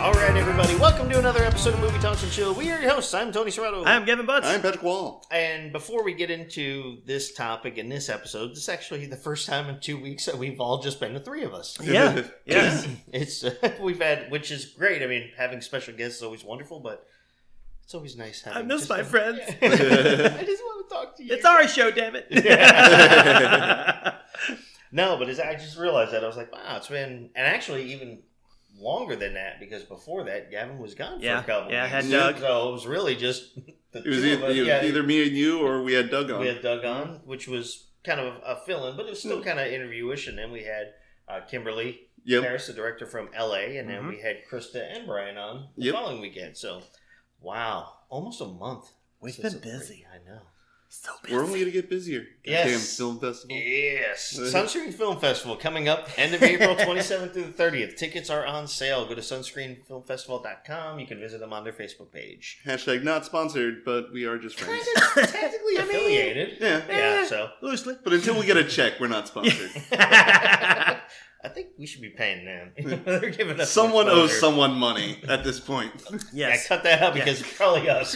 everybody. Welcome to another episode of Movie Talks and Chill. We are your hosts. I'm Tony Serrato. I'm Gavin Butts. I'm Patrick Wall. and before we get into this topic in this episode, this is actually the first time in two weeks that we've all just been the three of us. yeah, yeah. It's we've had, which is great. I mean, having special guests is always wonderful, but it's always nice having. I miss just my a- friends. I just want to talk to you. It's our show, damn it. Yeah. No, but it's, I just realized that I was like, wow, it's been, and actually even longer than that because before that, Gavin was gone Yeah, for a couple. yeah, I had weeks. Doug. So it was really just the It was two of either, us. it was Yeah, either me and you, or we had Doug on. we had Doug on, which was kind of a fill-in, but it was still kind of interviewish. And then we had uh, Kimberly Hmm. yep. Paris, the director from LA, and then Mhm. we had Krista and Brian on the Yep. following weekend. So, wow, almost a month. We've This been is busy. pretty- I know. So We're only gonna get busier. Yes. Goddamn film festival. Yes, Sunscreen Film Festival coming up end of April 27th through the 30th. Tickets are on sale. Go to sunscreenfilmfestival.com. You can visit them on their Facebook page. Hashtag not sponsored, but we are just friends. Technically affiliated. yeah. Yeah, so Loosely. But until we get a check, we're not sponsored. I think we should be paying them. They're giving us someone exposure. owes someone money at this point. Yeah, Yes. cut that out Yeah. because it's probably us.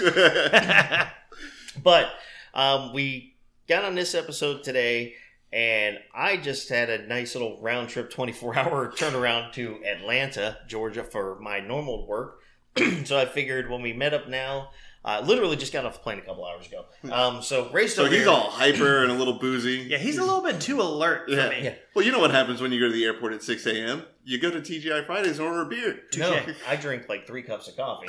But um, we got on this episode today, and I just had a nice little round trip, 24 hour turnaround to Atlanta, Georgia, for my normal work. so I figured when we met up now, uh, literally just got off the plane a couple hours ago. Um, so raced Hmm. so over he's here. all hyper and a little boozy. yeah, he's a little bit too alert for Yeah. me. Yeah. Well, you know what happens when you go to the airport at 6 a.m. You go to TGI Fridays and order a beer. No, touche. I drink like three cups of coffee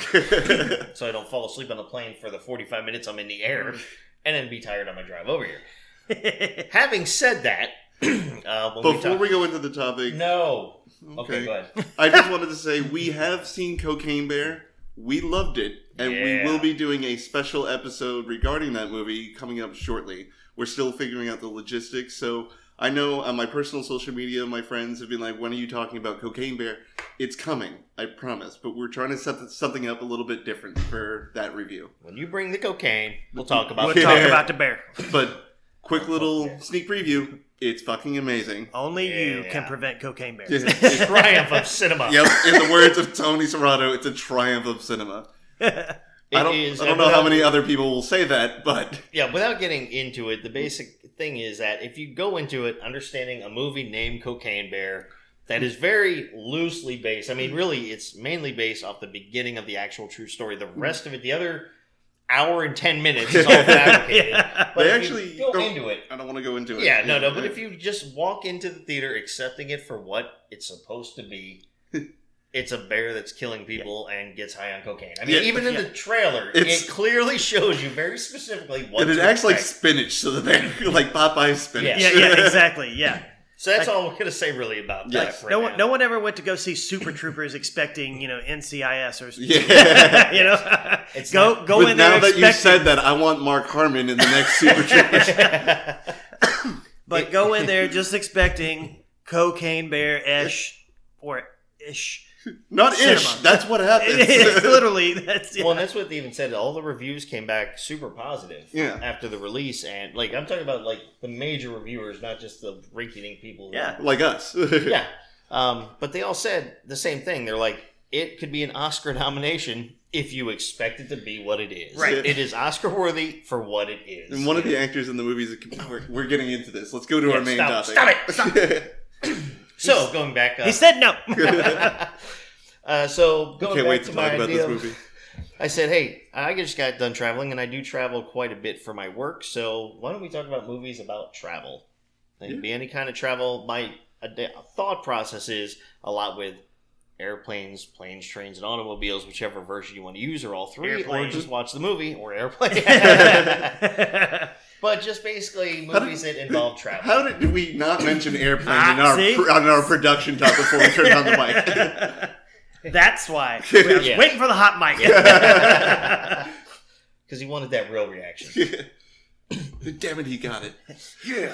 so I don't fall asleep on the plane for the 45 minutes I'm in the air Hmm. and then be tired on my drive over here. Having said that, uh, when we Before talk- we go into the topic, No. Okay, Okay. go ahead. I just wanted to say we have seen Cocaine Bear. We loved it, and Yeah. we will be doing a special episode regarding that movie coming up shortly. We're still figuring out the logistics, so I know on my personal social media, my friends have been like, "When are you talking about Cocaine Bear?" It's coming, I promise. But we're trying to set something up a little bit different for that review. When you bring the cocaine, we'll talk about We'll it. talk about the bear. But quick little sneak preview: it's fucking amazing. Only you Yeah. can prevent cocaine bears. It's- Triumph of cinema. yep, in the words of Tony Serrato, it's a triumph of cinema. I It don't, is- I don't and know how without- many other people will say that, but Yeah, without getting into it, the basic thing is that if you go into it understanding a movie named Cocaine Bear, that is very loosely based. I mean, really, it's mainly based off the beginning of the actual true story. The rest of it, the other hour and ten minutes, is all fabricated. yeah. But They if you actually go don't- into it. I don't want to go into it. Yeah, no, no. But if you just walk into the theater accepting it for what it's supposed to be, it's a bear that's killing people and gets high on cocaine. I mean, Yeah. even in the trailer, It's- it clearly shows you very specifically what. and it to acts like expect. spinach, so that they're like Popeye's spinach. yeah, yeah, exactly. Yeah. So that's all we're gonna say really about Yeah. that. Like, for No now. one, no one ever went to go see Super Troopers expecting, you know, NCIS or Yeah. you know, It's go not- go but in there. now that you expecting- said that, I want Mark Harmon in the next Super Troopers. But go in there just expecting cocaine bear ish or ish. Not ish. Cinema. That's what happens. It's literally that's Well, and that's what they even said. All the reviews came back super positive Yeah. after the release, and like I'm talking about like the major reviewers, not just the rinky-dink people. who- Yeah. like us. yeah. Um, but they all said the same thing. They're like, it could be an Oscar nomination if you expect it to be what it is. Right. It is Oscar worthy for what it is. And one of the actors in the movie is like, we're, we're getting into this. Let's go to our Yeah, main stop- topic. stop it. so going back, he uh, said no. uh, so going Can't back wait to my talk about idea this of- movie. I said, hey, I just got done traveling, and I do travel quite a bit for my work. So why don't we talk about movies about travel? It could be any kind of travel. My uh, d- thought process is a lot with airplanes, planes, trains, and automobiles, whichever version you want to use, or all three, or Airplane. just watch the movie or airplane. but just basically How did- movies that involve travel. How did, did we not mention airplane Ah, in our see? pr- on our production talk before we turned on the mic? that's why I was Yeah. waiting for the hot mic. Because he wanted that real reaction. Damn it, he got it. Yeah.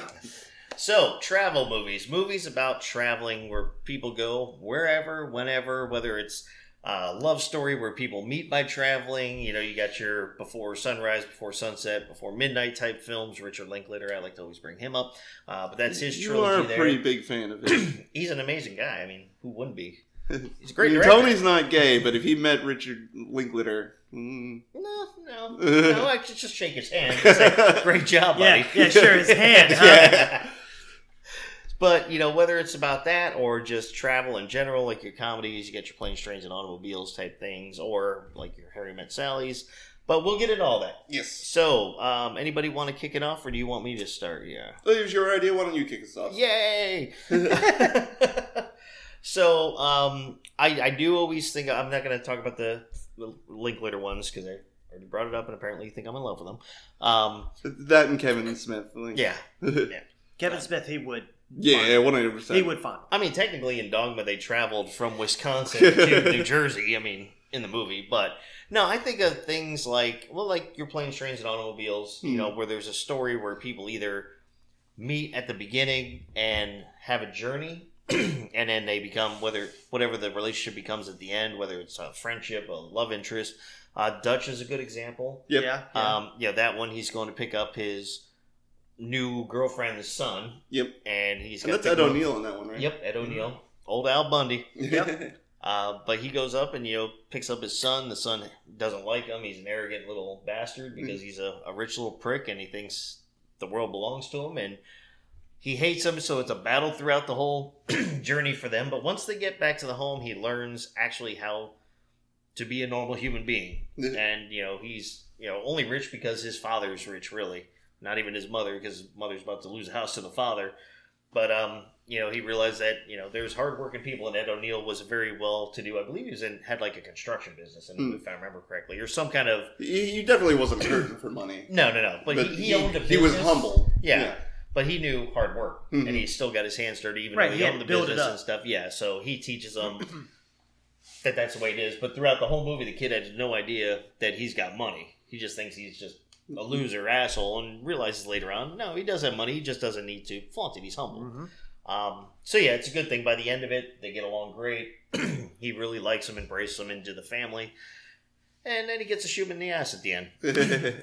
So, travel movies. Movies about traveling where people go wherever, whenever, whether it's uh, love story where people meet by traveling. You know, you got your before sunrise, before sunset, before midnight type films. Richard Linklater, I like to always bring him up. Uh, but that's his you trilogy are a there. pretty big fan of it. He's an amazing guy. I mean, who wouldn't be? He's a great I mean, director. Tony's not gay, but if he met Richard Linklater, mm. No, no, no. I could just shake his hand. And say, Great job, buddy. Yeah, yeah, sure. His hand. Huh? Yeah. But you know, whether it's about that or just travel in general, like your comedies, you get your planes, trains, and automobiles type things, or like your Harry Met Sally's. But we'll get into all that. yes. So, um, anybody want to kick it off, or do you want me to start? Yeah. Well, it was your idea. Why don't you kick us off? Yay! so um, I, I do always think I'm not going to talk about the Linklater ones because I already brought it up and apparently you think I'm in love with them. Um, That and Kevin Smith. like- yeah, Kevin Smith, he would. yeah, one hundred He percent. would find. I mean technically in Dogma they traveled from Wisconsin to New Jersey. I mean in the movie, but no, I think of things like well, like your planes, trains, and automobiles. Hmm. You know where there's a story where people either meet at the beginning and have a journey and then they become whether whatever the relationship becomes at the end whether it's a friendship a love interest uh, dutch is a good example Yep. Yeah. yeah. um, yeah that one he's going to pick up his new girlfriend's son Yep. and he's And got that's Ed O'Neill on that one, right? yep ed o'neill Mm-hmm. old al bundy Yep. uh, but he goes up and you know picks up his son. The son doesn't like him. He's an arrogant little bastard because he's a, a rich little prick and he thinks the world belongs to him and he hates him. So it's a battle throughout the whole journey for them. But once they get back to the home, he learns actually how to be a normal human being. and you know he's you know only rich because his father's rich, really. Not even his mother because his mother's about to lose a house to the father. But um, you know, he realized that you know there's hardworking people, and Ed O'Neill was very well to do. I believe he was in had like a construction business, and Hmm. if I remember correctly, or some kind of He, he definitely wasn't hurting for money, no, no, no. But, he, he, owned a business. He was humble. Yeah. but he knew hard work, Mhm. and he still got his hands dirty, even Right, though he he had owned the to build it business up. and stuff. Yeah, so he teaches them that that's the way it is. But throughout the whole movie, the kid has no idea that he's got money. He just thinks he's just a Mm-hmm. loser asshole, and realizes later on, no, he does have money. He just doesn't need to flaunt it. He's humble. Mhm. Um, so yeah, it's a good thing. By the end of it, they get along great. he really likes him, embraces him into the family, and then he gets a shoe in the ass at the end.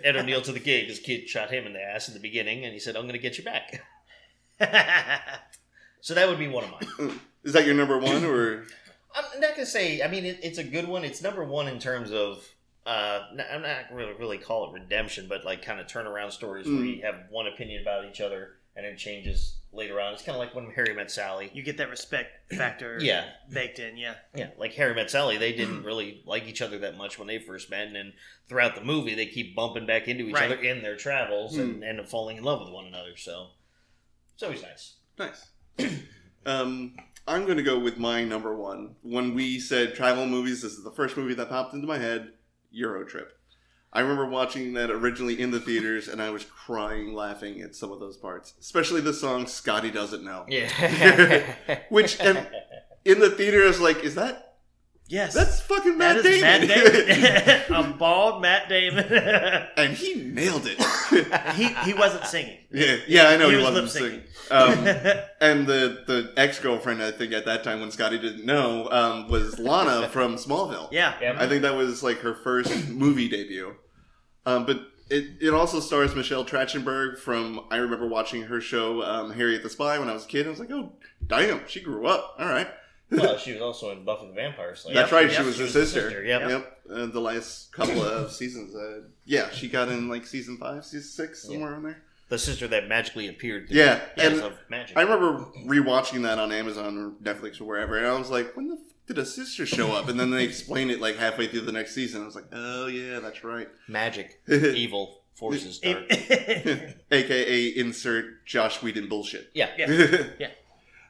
Ed O'Neill to the gig. His kid shot him in the ass in the beginning, and he said, "I'm going to get you back." So that would be one of mine. Is that your number one or? I'm not going to say. I mean, it, it's a good one. It's number one in terms of. Uh, n- I'm not really really call it redemption, but like kind of turnaround stories where Mm. you have one opinion about each other and it changes later on. It's kind of like when Harry met Sally. you get that respect factor. Yeah, Baked in. Yeah. Yeah, like Harry Met Sally, they didn't really like each other that much when they first met, and then throughout the movie, they keep bumping back into each Right. other in their travels Hmm. and end up falling in love with one another. So, it's always nice. Nice. Um, I'm going to go with my number one. When we said travel movies, this is the first movie that popped into my head Euro Trip. I remember watching that originally in the theaters, and I was crying laughing at some of those parts, especially the song Scotty Doesn't Know. Yeah, Which, and in the theater, I was like, is that? Yes. That's fucking That Matt is Damon. Matt Damon. a bald Matt Damon. and he nailed it. he he wasn't singing. yeah, yeah, I know He he, was wasn't lip-syncing. singing. Um, And the, the ex girlfriend, I think, at that time when Scotty didn't know, um, was Lana from Smallville. yeah. yeah. I think that was like her first movie debut. Um, but it, it also stars Michelle Trachtenberg from, I remember watching her show, um, Harriet the Spy, when I was a kid. I was like, oh, damn, she grew up. All right. well, she was also in Buffy the Vampire Slayer. That's right. yep, she was she her was the sister. sister, yep. Yep. Uh, the last couple of seasons. Uh, yeah, she got in like season five, season six, somewhere in there. the sister that magically appeared. through Yeah. the years and of magic. I remember rewatching that on Amazon or Netflix or wherever, and I was like, when the f- did a sister show up? And then they explain it like halfway through the next season. I was like, oh, yeah, that's right. magic, evil forces, dark. aka insert Josh Whedon bullshit. Yeah, Yeah. Yeah.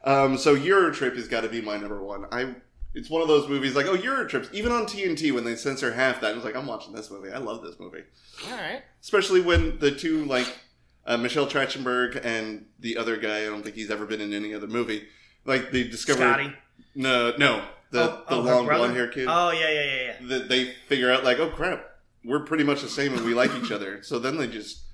Um, so Eurotrip has got to be my number one. I. It's one of those movies like oh Eurotrips. Even on TNT when they censor half that, I was like I'm watching this movie. I love this movie, all right. especially when the two like uh, Michelle Trachtenberg and the other guy. I don't think he's ever been in any other movie. Like they discover Scotty. no no the Oh, oh, the her long brother? blonde hair kid Oh yeah yeah yeah yeah. that they figure out like, oh crap, we're pretty much the same and we like each other. So then they just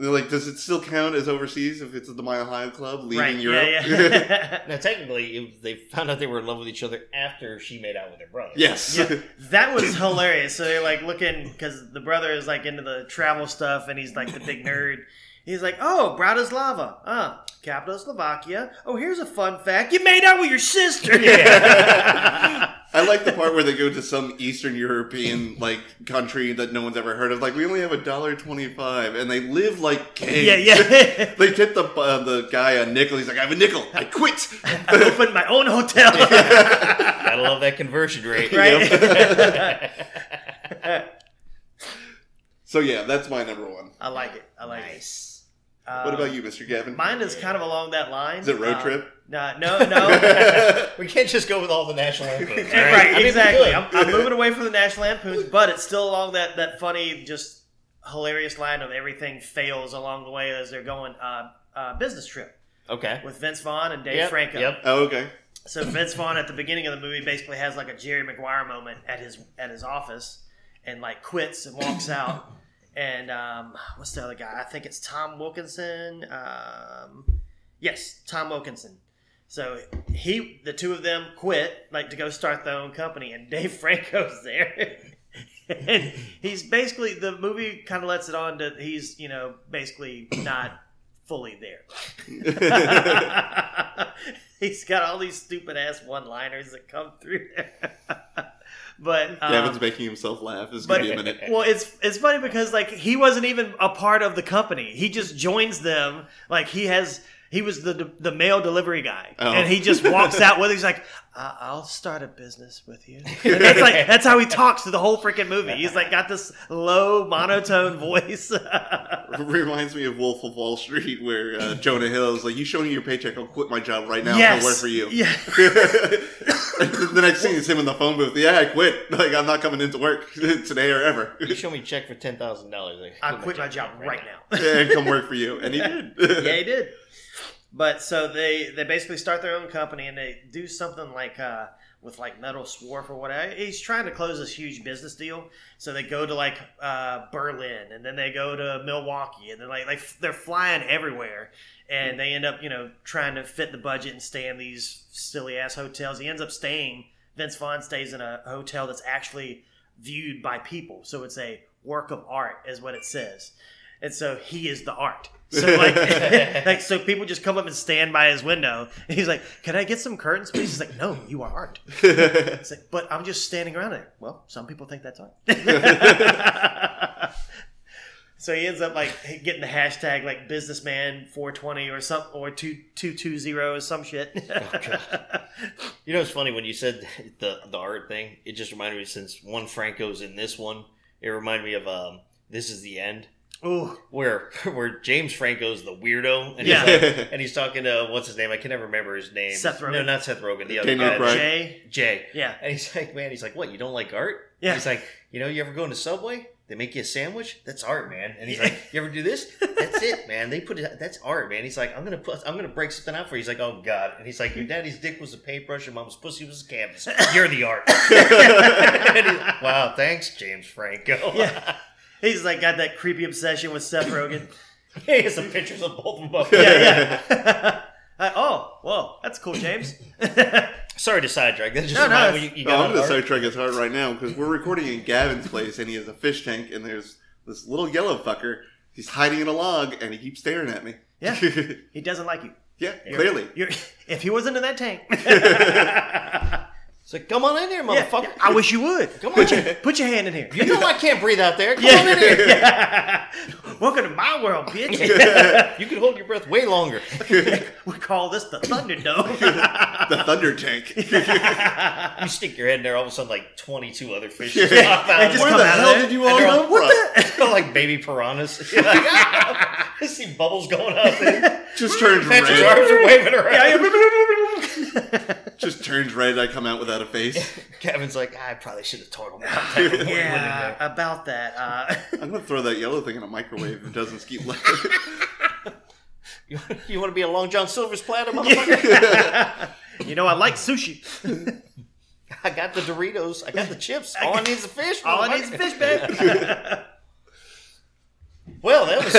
they're like, does it still count as overseas if it's the Mile High Club leaving right. Europe? Yeah yeah. Now, technically, if they found out they were in love with each other after she made out with her brother. yes. Yeah. That was hilarious. So they're like looking because the brother is like into the travel stuff, and he's like the big nerd. He's like, oh, Bratislava, ah, capital of Slovakia. Oh, here's a fun fact: you made out with your sister. Yeah. I like the part where they go to some Eastern European like country that no one's ever heard of. Like we only have a dollar twenty-five, and they live like kings. yeah, yeah. they tip the uh, the guy a nickel. He's like, I have a nickel. I quit. I opened my own hotel. Gotta love that conversion rate. Right. so yeah, that's my number one. I like it. I like it. nice. Um, What about you, Mr. Gavin? Mine is kind of along that line. Is it road Uh, trip? Nah, no, no. We can't just go with all the national anthems, right, right? I mean, we exactly. could. I'm, I'm moving away from the National Lampoons, but it's still along that, that funny, just hilarious line of everything fails along the way as they're going uh, uh, business trip okay. with Vince Vaughn and Dave Yep, Franco. Yep. oh, okay. So Vince Vaughn at the beginning of the movie basically has like a Jerry Maguire moment at his at his office, and like quits and walks out. And um, what's the other guy? I think it's Tom Wilkinson. Um, yes, Tom Wilkinson. So he, the two of them, quit like to go start their own company, and Dave Franco's there. and he's basically the movie kind of lets it on that he's you know basically not fully there. He's got all these stupid ass one liners that come through there. but um, Gavin's making himself laugh. It's but- gonna be a minute. well, it's it's funny because like he wasn't even a part of the company. He just joins them. Like he has. He was the the mail delivery guy, Oh. and he just walks out with. it. He's like, I- "I'll start a business with you." And that's like that's how he talks through the whole freaking movie. He's like got this low monotone voice. Reminds me of Wolf of Wall Street, where uh, Jonah Hill is like, "You show me your paycheck, I'll quit my job right now. and yes, I'll work for you." Yeah. the next scene is him in the phone booth. Yeah, I quit. Like I'm not coming into work today or ever. You show me a check for ten thousand dollars. I quit my job right now. and come work for you. And he did. yeah, he did. But so they they basically start their own company and they do something like uh, with like metal swarf or whatever. He's trying to close this huge business deal, so they go to like uh, Berlin and then they go to Milwaukee and they're like like they're flying everywhere and they end up you know trying to fit the budget and stay in these silly ass hotels. He ends up staying. Vince Vaughn stays in a hotel that's actually viewed by people, so it's a work of art, is what it says. And so he is the art. So like, like so people just come up and stand by his window. And he's like, "Can I get some curtains, please?" He's like, "No, you are art." It's like, "But I'm just standing around there." Well, some people think that's art. so he ends up like getting the hashtag like businessman 420 or some or 2220 or some shit. You know, it's funny when you said the the art thing. It just reminded me since one Franco's in this one, it reminded me of um, "This Is the End," Ooh, where where James Franco's the weirdo, and Yeah. he's like, and he's talking to what's his name? I can never remember his name. Seth Rogen. No, not Seth Rogen. The other Daniel guy, Craig. uh, Jay. Jay. Yeah. And he's like, man, he's like, what? You don't like art? Yeah. He's like, you know, you ever go into Subway? They make you a sandwich. That's art, man. And he's like, you ever do this? That's it, man. They put it. That's art, man. He's like, I'm gonna put. I'm gonna break something out for you. He's like, oh god. And he's like, your daddy's dick was a paintbrush, and mom's pussy was a canvas. You're the art. And he's like, wow, thanks, James Franco. Yeah. He's like got that creepy obsession with Seth Rogen. he has some pictures of both of them. up. yeah, yeah. Uh, oh, whoa, that's cool, James. Sorry to sidetrack. That's just No, no, no, it's- you, you Oh, got I'm on gonna art. sidetrack his heart right now because we're recording in Gavin's place, and he has a fish tank, and there's this little yellow fucker. He's hiding in a log, and he keeps staring at me. Yeah. he doesn't like you. yeah, clearly. You're, if he wasn't in that tank, It's like, come on in there, Yeah, motherfucker. I wish you would. Come on. in. Put your hand in here. you know I can't breathe out there. Come Yeah. on in here. Yeah. Welcome to my world, bitch. You can hold your breath way longer. we call this the Thunderdome. The thunder tank. Where You stick your head in there, all of a sudden, like 22 other fish Yeah. just pop out. They just We're come the the- out of hell there. did you all And they're come all, from? they're like baby piranhas. You're like, "Ah!" I see bubbles going up. And Just turns Patrick's red. arms are waving around. Just turns red. I come out without a face. Kevin's like, I probably should have told him about that. before he went in yeah, there." about that. Uh, I'm gonna throw that yellow thing in a microwave if it doesn't keep. You, you want to be a Long John Silver's platter, motherfucker? you know, I like sushi. I got the Doritos. I got the chips. All I need is a fish. All I motherfucker. need is a fish bag. Well, that was.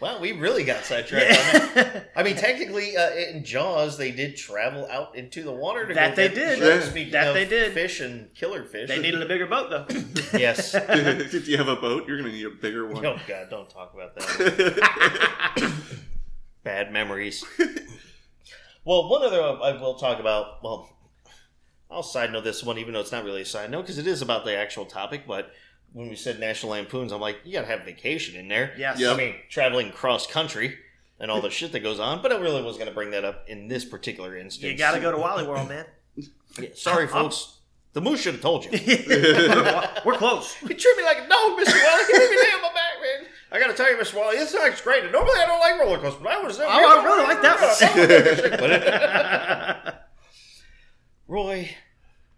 Well, we really got sidetracked. on that. Yeah. I mean, technically, uh, in Jaws, they did travel out into the water to That go they get did. sharks, Yeah. speaking That of they did. Fish and killer fish. they needed a bigger boat though. yes. Did you have a boat? You're going to need a bigger one. Oh God, don't talk about that. Bad memories. well, one other I will talk about. Well, I'll side note this one, even though it's not really a side note because it is about the actual topic. But when we said National Lampoons, I'm like, you got to have vacation in there. yes. Yeah. I mean, traveling cross country and all the shit that goes on. But I really was going to bring that up in this particular instance. You got to go to Wally World, man. Yeah, sorry, folks. The moose should have told you. We're close. He treat me like a dog, Mr. Wally. He treat me down my back, man. I gotta tell you, Mr. Wally, this sounds great. And normally I don't like roller coasters, but I was there. Oh, I really like that that Roy,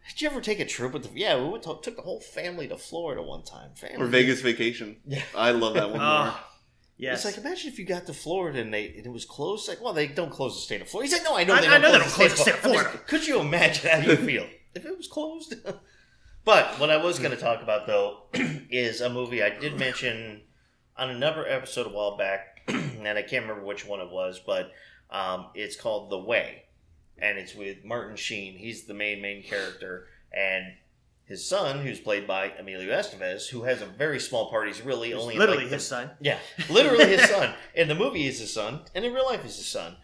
did you ever take a trip with the? Yeah, we went to, took the whole family to Florida one time. Family or Vegas vacation. Yeah. I love that one more. Oh, It's yes. like imagine if you got to Florida and they and it was closed. Like, well, they don't close the state of Florida. He's like, no, I know I- they I don't know they close the don't close the state of state of Florida. Could you imagine how you feel if it was closed? but what I was going to talk about though is a movie I did mention on another episode a while back, and I can't remember which one it was, but um, it's called The Way, and it's with Martin Sheen. He's the main main character, and his son, who's played by Emilio Estevez, who has a very small part. He's really only in, like, Literally the his son. yeah, literally his son. In the movie, is his son, and in real life, is his son.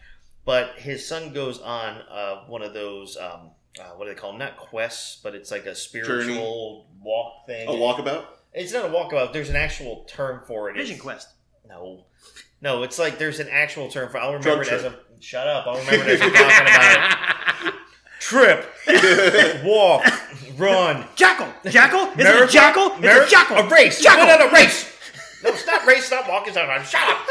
But his son goes on uh, one of those um, uh, what do they call them? Not quests, but it's like a spiritual walk thing. A walkabout? It's not a walkabout. There's an actual term for it. Vision It's- Quest. No, no. It's like there's an actual term for. I'll remember Drug it as a. Shut up! I'll remember it as I'm talking about it. Trip, walk, run, Jackal. Jackal. Is it a Marathon- jackal? It's Marathon- a jackal. A race. Jackal. Put on a race. No, stop race. Stop walking. Stop run. Shut up.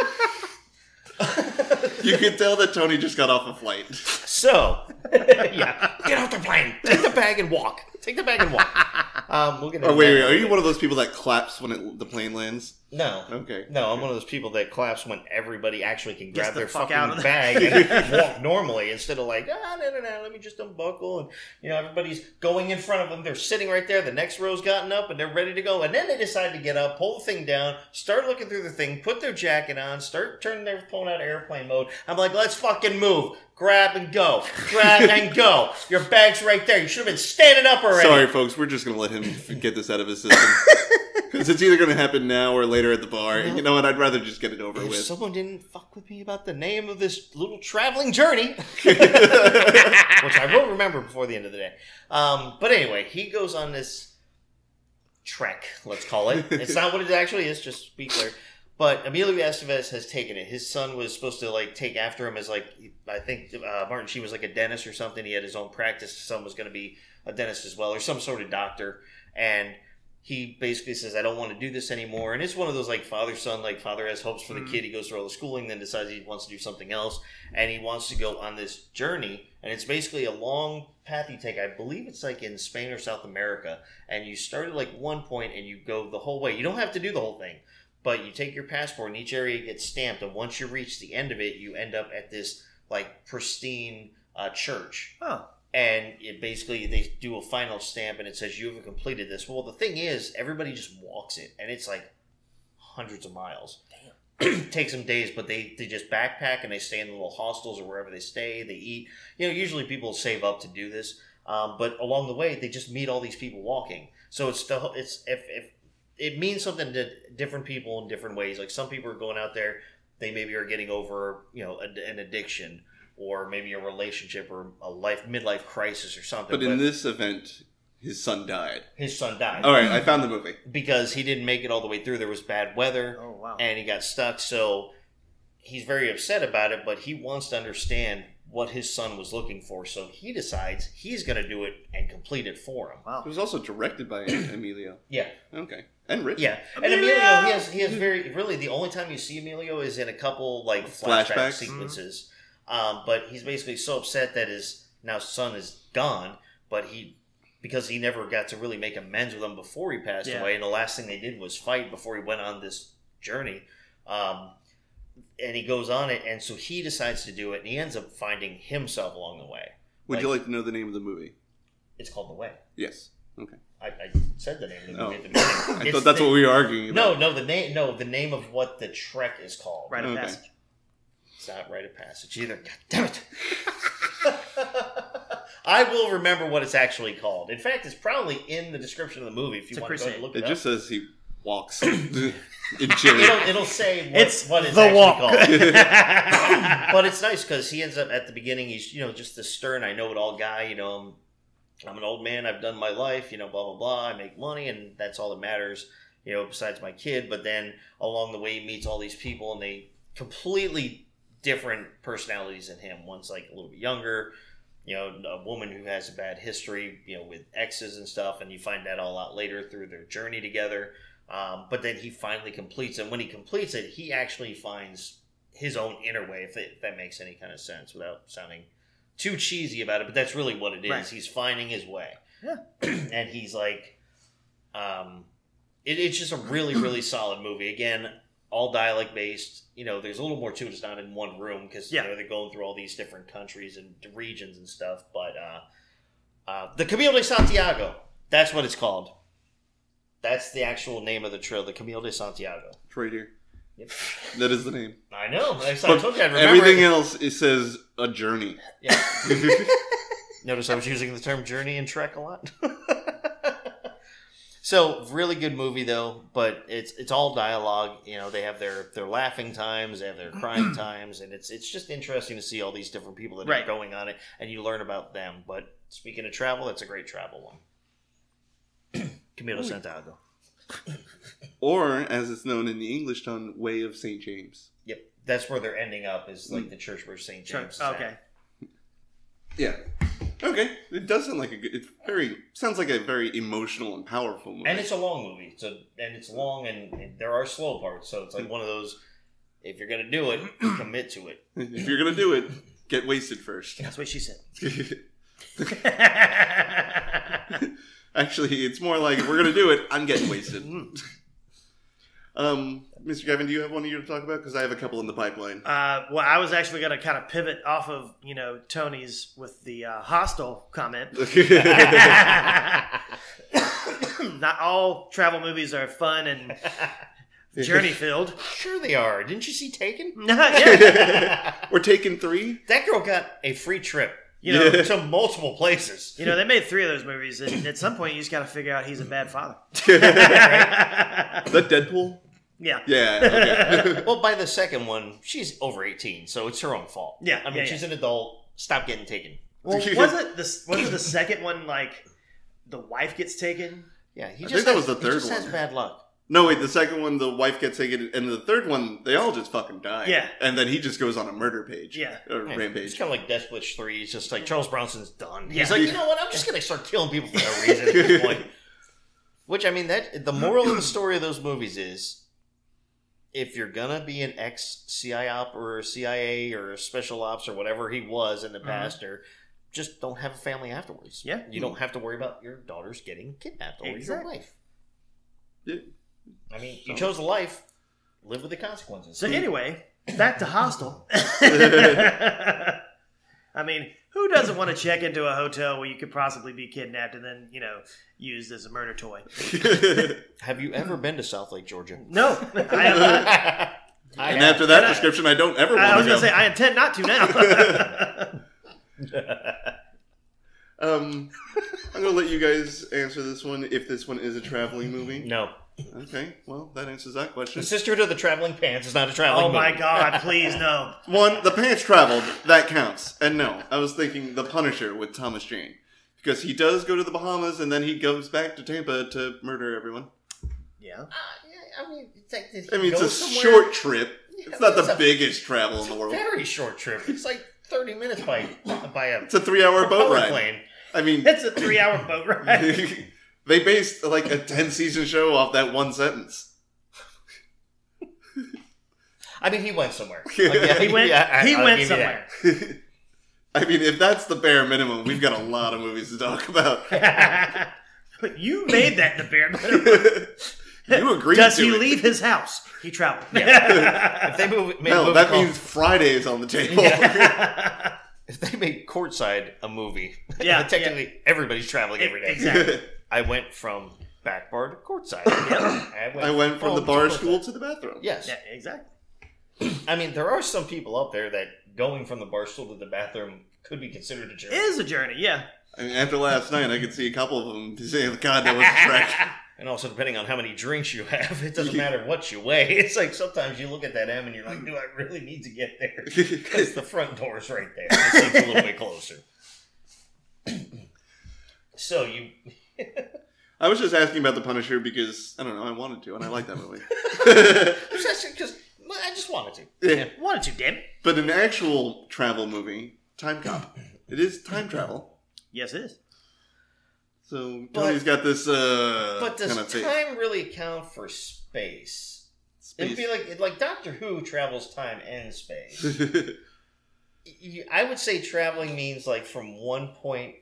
You could tell that Tony just got off a flight. So, yeah, get off the plane. Take the bag and walk. Take the bag and walk. Um, we'll get. Oh, into that wait, wait, in a are you bit. one of those people that claps when it, the plane lands? No, Okay. no, I'm one of those people that claps when everybody actually can Gets grab the their fuck fucking out of the- bag and walk normally instead of like, ah, no, no, no, let me just unbuckle and you know everybody's going in front of them. They're sitting right there. The next row's gotten up and they're ready to go. And then they decide to get up, pull the thing down, start looking through the thing, put their jacket on, start turning their phone out of airplane mode. I'm like, let's fucking move. Grab and go. Grab and go. Your bag's right there. You should have been standing up already. Sorry, folks. We're just going to let him get this out of his system. Because it's either going to happen now or later at the bar. And you know what? I'd rather just get it over If with. someone didn't fuck with me about the name of this little traveling journey, which I will remember before the end of the day. Um, but anyway, he goes on this trek, let's call it. It's not what it actually is, just to be clear. But Emilio Estevez has taken it. His son was supposed to like take after him as like I think uh, Martin Sheen was like a dentist or something. He had his own practice. His son was going to be a dentist as well, or some sort of doctor. And he basically says, "I don't want to do this anymore." And it's one of those like father son, like father has hopes for the Mhm. kid. He goes through all the schooling, then decides he wants to do something else, and he wants to go on this journey. And it's basically a long path you take. I believe it's like in Spain or South America, and you start at like one point and you go the whole way. You don't have to do the whole thing, but you take your passport, and each area gets stamped. And once you reach the end of it, you end up at this like pristine uh, church Oh. and it basically they do a final stamp and it says you have completed this. Well, the thing is, everybody just walks it, and it's like hundreds of miles. Damn, takes them days, but they they just backpack and they stay in little hostels or wherever they stay. They eat. You know, usually people save up to do this, um, but along the way they just meet all these people walking. So it's the it's if if it means something to different people in different ways. Like some people are going out there, they maybe are getting over you know ad- an addiction or maybe a relationship or a life midlife crisis or something. But in Oh. this event, his son died. his son died All right, I found the movie. because he didn't make it all the way through. There was bad weather Oh wow. and he got stuck. So he's very upset about it, but he wants to understand what his son was looking for. So he decides he's going to do it and complete it for him. It wow. was also directed by Emilio. Yeah, Okay. And Rich. yeah. And Emilio! Emilio, he has he has very really the only time you see Emilio is in a couple like flashback Flashbacks. Mm-hmm. sequences. Um, but he's basically so upset that his now son is gone, but he because he never got to really make amends with him before he passed Yeah. away, and the last thing they did was fight before he went on this journey. Um, and he goes on it, and so he decides to do it, and he ends up finding himself along the way. Would you like to know the name of the movie? It's called the way. Yes. Okay. I, I said the name of the Oh. movie at the beginning. I It's thought that's the- what we were arguing about. No, no, the name, no, the name of what the trek is called. Rite of Okay. passage. It's not rite of passage either. God damn it! I will remember what it's actually called. In fact, it's probably in the description of the movie if you It's a want to go and crusade. look it, It up. just says he walks in it'll, chariot. it'll say what, It's what it's the actually walk. called. but but it's nice because he ends up at the beginning. He's you know just the stern, I know it all guy. You know, I'm, I'm an old man. I've done my life. You know, blah blah blah. I make money, and that's all that matters. You know, besides my kid. But then along the way, he meets all these people, and they completely different personalities in him. One's like a little bit younger. You know, a woman who has a bad history, you know, with exes and stuff, and you find that all out later through their journey together. Um, but then he finally completes, and when he completes it, he actually finds his own inner way, if, it, if that makes any kind of sense, without sounding too cheesy about it. But that's really what it is. Right. He's finding his way, Yeah. and he's like, um, it, it's just a really, really solid movie. Again, all dialect based. You know, there's a little more to it. It's not in one room because Yeah. you know they're going through all these different countries and regions and stuff. But uh, uh, the Camino de Santiago, that's what it's called. That's the actual name of the trail, the Camino de Santiago. Right here. Yep. That is the name. I know. I, I But told you I'd remember Everything it. else it says a journey. Yeah. Notice I was using the term journey and trek a lot. so really good movie though, but it's it's all dialogue. You know, they have their their laughing times, they have their crying times, and it's it's just interesting to see all these different people that Right. are going on it, and you learn about them. But speaking of travel, that's a great travel one. Camilo Santiago. or as it's known in the English tongue, Way of St. James. Yep, that's where they're ending up is like the church where St. James. Is at. okay. Yeah. Okay. It does sound like a good it's very sounds like a very emotional and powerful movie. and it's a long movie. So and it's long, and, and there are slow parts. So it's like one of those. If you're gonna do it, commit to it. if you're gonna do it, get wasted first. That's what she said. Actually, it's more like if we're gonna do it, I'm getting wasted. Hmm. um, Mr. Gavin, do you have one you to talk about? Because I have a couple in the pipeline. Uh, well, I was actually going to kind of pivot off of you know Tony's with the uh, hostile comment. Not all travel movies are fun and journey filled. Sure, they are. Didn't you see Taken? yeah, we're taking three. That girl got a free trip. You Yeah. know, to multiple places. you know they made three of those movies, and at some point you just got to figure out he's a bad father. Is that Deadpool? yeah, Yeah. Okay. Well, by the second one, she's over eighteen, so it's her own fault. Yeah, I mean, yeah, she's an adult. Stop getting taken. Well, was it this? Was it the second one like the wife gets taken? Yeah, he I just think that has- was the he just third Has one. bad luck. no, wait. The second one, the wife gets taken, and the third one, they all just fucking die. Yeah. And then he just goes on a murder page. Yeah. Or Yeah, It's rampage. kind of like Death Wish 3. It's just like Charles Bronson's done. Yeah. He's like, you know what? I'm just going to start killing people for no reason at this point. Which, I mean, that the moral of the story of those movies is if you're going to be an ex CI op or CIA or a special ops or whatever he was in the Mhm. past, or just don't have a family afterwards. Yeah. You don't have to worry about your daughters getting kidnapped or Exactly. your wife. Yeah. I mean, you chose a life, live with the consequences. So anyway, back to Hostel. I mean, who doesn't want to check into a hotel where you could possibly be kidnapped and then, you know, used as a murder toy? Have you ever been to South Lake, Georgia? No, I, I and have. after that And I- description, I don't ever I, was want to go. going to say I intend not to now. um, I'm gonna let you guys answer this one if this one is a traveling movie. No. Okay. Well, that answers that The question. Sisterhood of the Traveling Pants is not a traveling oh my movie. God! Please no. One, the pants traveled. That counts. And no, I was thinking The Punisher with Thomas Jane. Because he does go to the Bahamas and then he goes back to Tampa to murder everyone. Yeah. Uh, yeah, I mean, it's like, did I he mean, it's go a somewhere? short trip. It's not it's the a- biggest travel in It's the a world. very short trip. It's like 30 minutes by, by a It's a three hour boat propeller ride. plane. I mean, It's a three-hour boat ride. they based like a 10 season show off that one sentence. I mean, he went somewhere. Like, yeah, He went. yeah, I- he I'll went give you that. somewhere. I mean, if that's the bare minimum, we've got a lot of movies to talk about. But you made that the bare minimum. you agree Does to he it. leave his house? He traveled. If they move, made a No, movie that called- means Friday's on the table. if they made Courtside a movie, Yeah, technically everybody's traveling every day. Exactly. I I went from back bar to courtside. I I went from the home bar courtside. stool to the bathroom. Yes. Yeah, exactly. I mean, there are some people up there that going from the bar stool to the bathroom could be considered a journey. It is a journey, yeah. I mean, after last night, I could see a couple of them saying, "God, that was a trek." And also, depending on how many drinks you have, it doesn't matter what you weigh. It's like sometimes you look at that M and you're like, do I really need to get there? Because the front door's right there. It seems a little bit closer. so you. I was just asking about the Punisher because I don't know. I wanted to, and I like that movie. Because I just wanted to. Yeah. Wanted to, damn it. But an actual travel movie, Time Cop. It is time travel. Yes, it is. So But- Tony's got this uh, But does kind of face. time really count for space? It'd be Space. like like Doctor Who travels time and space. you- I would say traveling means like from one point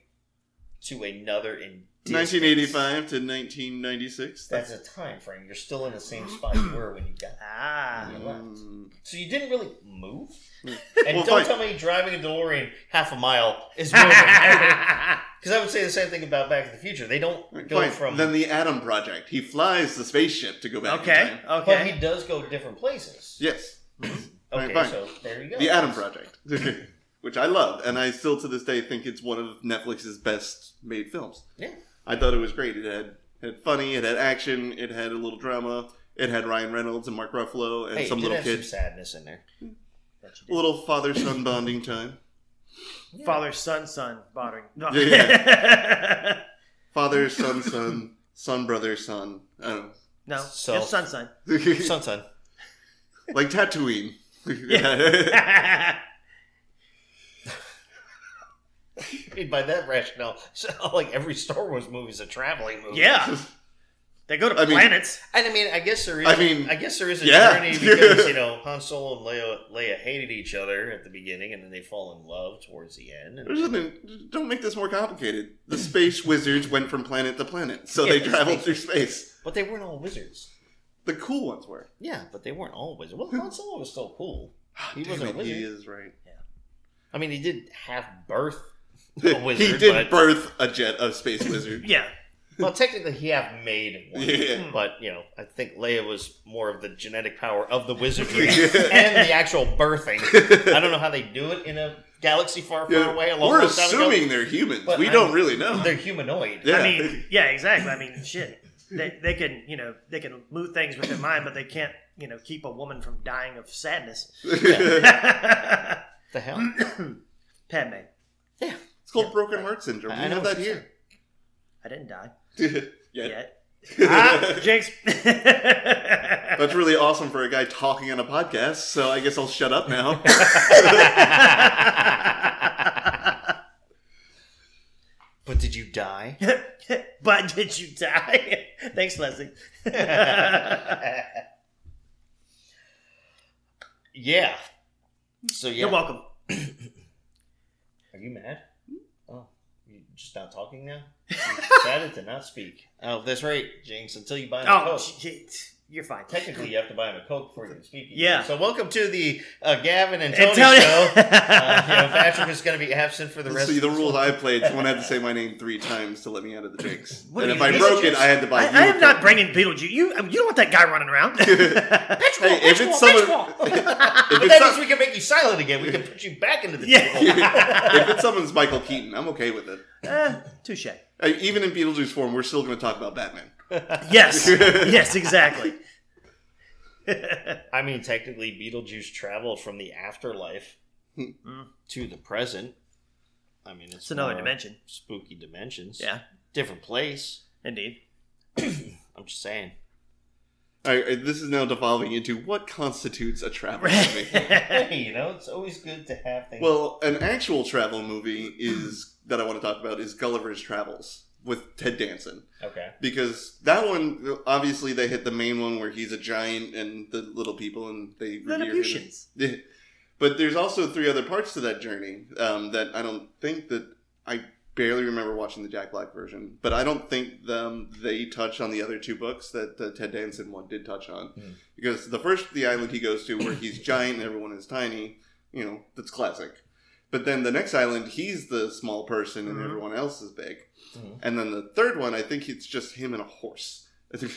to another in distance. 1985 to 1996. That's a time frame. You're still in the same spot you were when you got. Ah. Mm. So you didn't really move. Yeah. And Mm. Well, don't fine. tell me driving a DeLorean half a mile is moving. Because I would say the same thing about Back to the Future. They don't go Fine. from. Then the Atom Project. He flies the spaceship to go back. in okay, time. but okay. he does go different places. Yes. okay, fine. so there you go. The Atom Project, which I love, and I still to this day think it's one of Netflix's best made films. Yeah. I thought it was great. It had had funny, it had action, it had a little drama, it had Ryan Reynolds and Mark Ruffalo and Hey, some it did little have kid. some sadness in there. A little father son bonding time. Father, son, son, bothering. No. Yeah, Father son son son brother son. I don't no, So- it's son, son. know. Sun, sun. like Tatooine. I mean, by that rationale, so, like every Star Wars movie is a traveling movie. yeah. They go to I mean- planets. And I mean, I guess there is. I mean, I guess there is a yeah. journey because you know Han Solo and Leia, Leia hated each other at the beginning, and then they fall in love towards the end. There's And nothing- Don't make this more complicated. The space wizards went from planet to planet, so they Yeah, traveled space through space. but they weren't all wizards. The cool ones were. Yeah, but they weren't all wizards. Well, Han Solo was still cool. He Damn wasn't a it, He wizard. is right. I mean, he did have birth a wizard. he but, did birth a jet a space wizard. Yeah. well, technically, he have made one. yeah. But you know, I think Leia was more of the genetic power of the wizardry Yeah. and the actual birthing. I don't know how they do it in a galaxy far, far Yeah. away. A long, We're long time ago. assuming they're humans. But we I'm- don't really know. they're humanoid. Yeah. I mean, yeah, exactly. I mean, shit. They, they can, you know, they can move things with their mind, but they can't, you know, keep a woman from dying of sadness. it's Padme. The hell? Yeah. called Yeah. broken heart syndrome. We I know have what that you're here. I didn't die yeah. yet. ah, Jinx. That's really awesome for a guy talking on a podcast. So I guess I'll shut up now. But did you die? but did you die? Thanks, Leslie. yeah. So yeah. You're welcome. Are you mad? Hmm? Oh, you just not talking now? You decided to not speak. Oh, that's right, Jinx. Until you buy him a Oh, Coke. j- j- you're fine. Technically, you have to buy him a Coke before you can speak. Yeah. So welcome to the uh, Gavin and Tony And Tony- show. Uh, you know, Patrick is going to be absent for the rest See, of the rules I played, someone had to say my name three times to let me out of the drinks. What and are if you, I broke it, Beetlejuice? I had to buy I, you I a am not Coke. bringing Beetlejuice. You, I mean, you don't want that guy running around. Hey, if it's someone, if But it's that some- means we can make you silent again. We can put you back into the table. Yeah. if it's someone's Michael Keaton, I'm okay with it. Eh, touche. Uh, Even in Beetlejuice form, we're still going to talk about Batman. Yes. yes, exactly. I mean, technically, Beetlejuice traveled from the afterlife Hmm. Mm. to the present. I mean, it's, It's another more dimension. Spooky dimensions. Yeah, Different place. indeed. I'm just saying. All right, uh, this is now devolving into what constitutes a travel movie. Hey, you know, it's always good to have things. well, an actual travel movie is that I want to talk about is Gulliver's Travels with Ted Danson okay. because that one obviously they hit the main one where he's a giant and the little people and they revere him. Lilliputians. Yeah. But there's also three other parts to that journey um, that I don't think that I barely remember watching the Jack Black version, but I don't think um, they touched on the other two books that the Ted Danson one did touch on Hmm. because the first the island he goes to where he's giant and everyone is tiny, you know, that's classic. But then the next island, he's the small person and Mhm. everyone else is big. Mhm. And then the third one, I think it's just him and a horse. I think,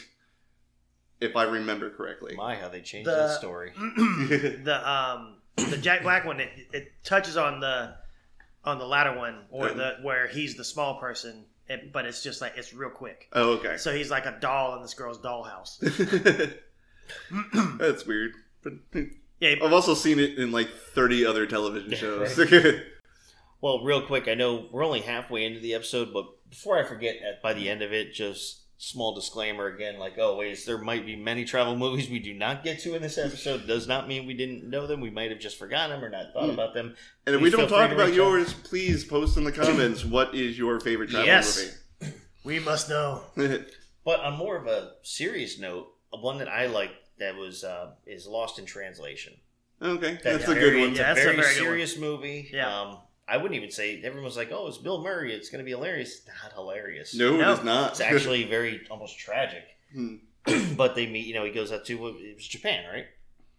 if I remember correctly. My, how they changed The- that story. the um the Jack Black one it, it touches on the on the latter one or the where he's the small person, it, but it's just like it's real quick. oh, okay. So he's like a doll in this girl's dollhouse. That's weird. But Yeah, I've also seen it in like 30 other television shows. Well, real quick, I know we're only halfway into the episode, but before I forget, at, by the end of it, just small disclaimer again, like always, there might be many travel movies we do not get to in this episode. Does not mean we didn't know them. We might have just forgotten them or not thought Hmm. about them. And if Please we feel don't free talk to about reach out. yours, please post in the comments what is your favorite travel Yes. we must know. movie. But on more of a serious note, one that I like that was uh, is Lost in Translation. okay, That that's a very- good one. It's Yeah, a that's a very, very good serious movie. Yeah. Um, I wouldn't even say everyone's like, "Oh, it's Bill Murray. It's going to be hilarious." It's not hilarious. No, No. it is not. it's actually very almost tragic. Hmm. but they meet. You know, he goes out to it was Japan, right?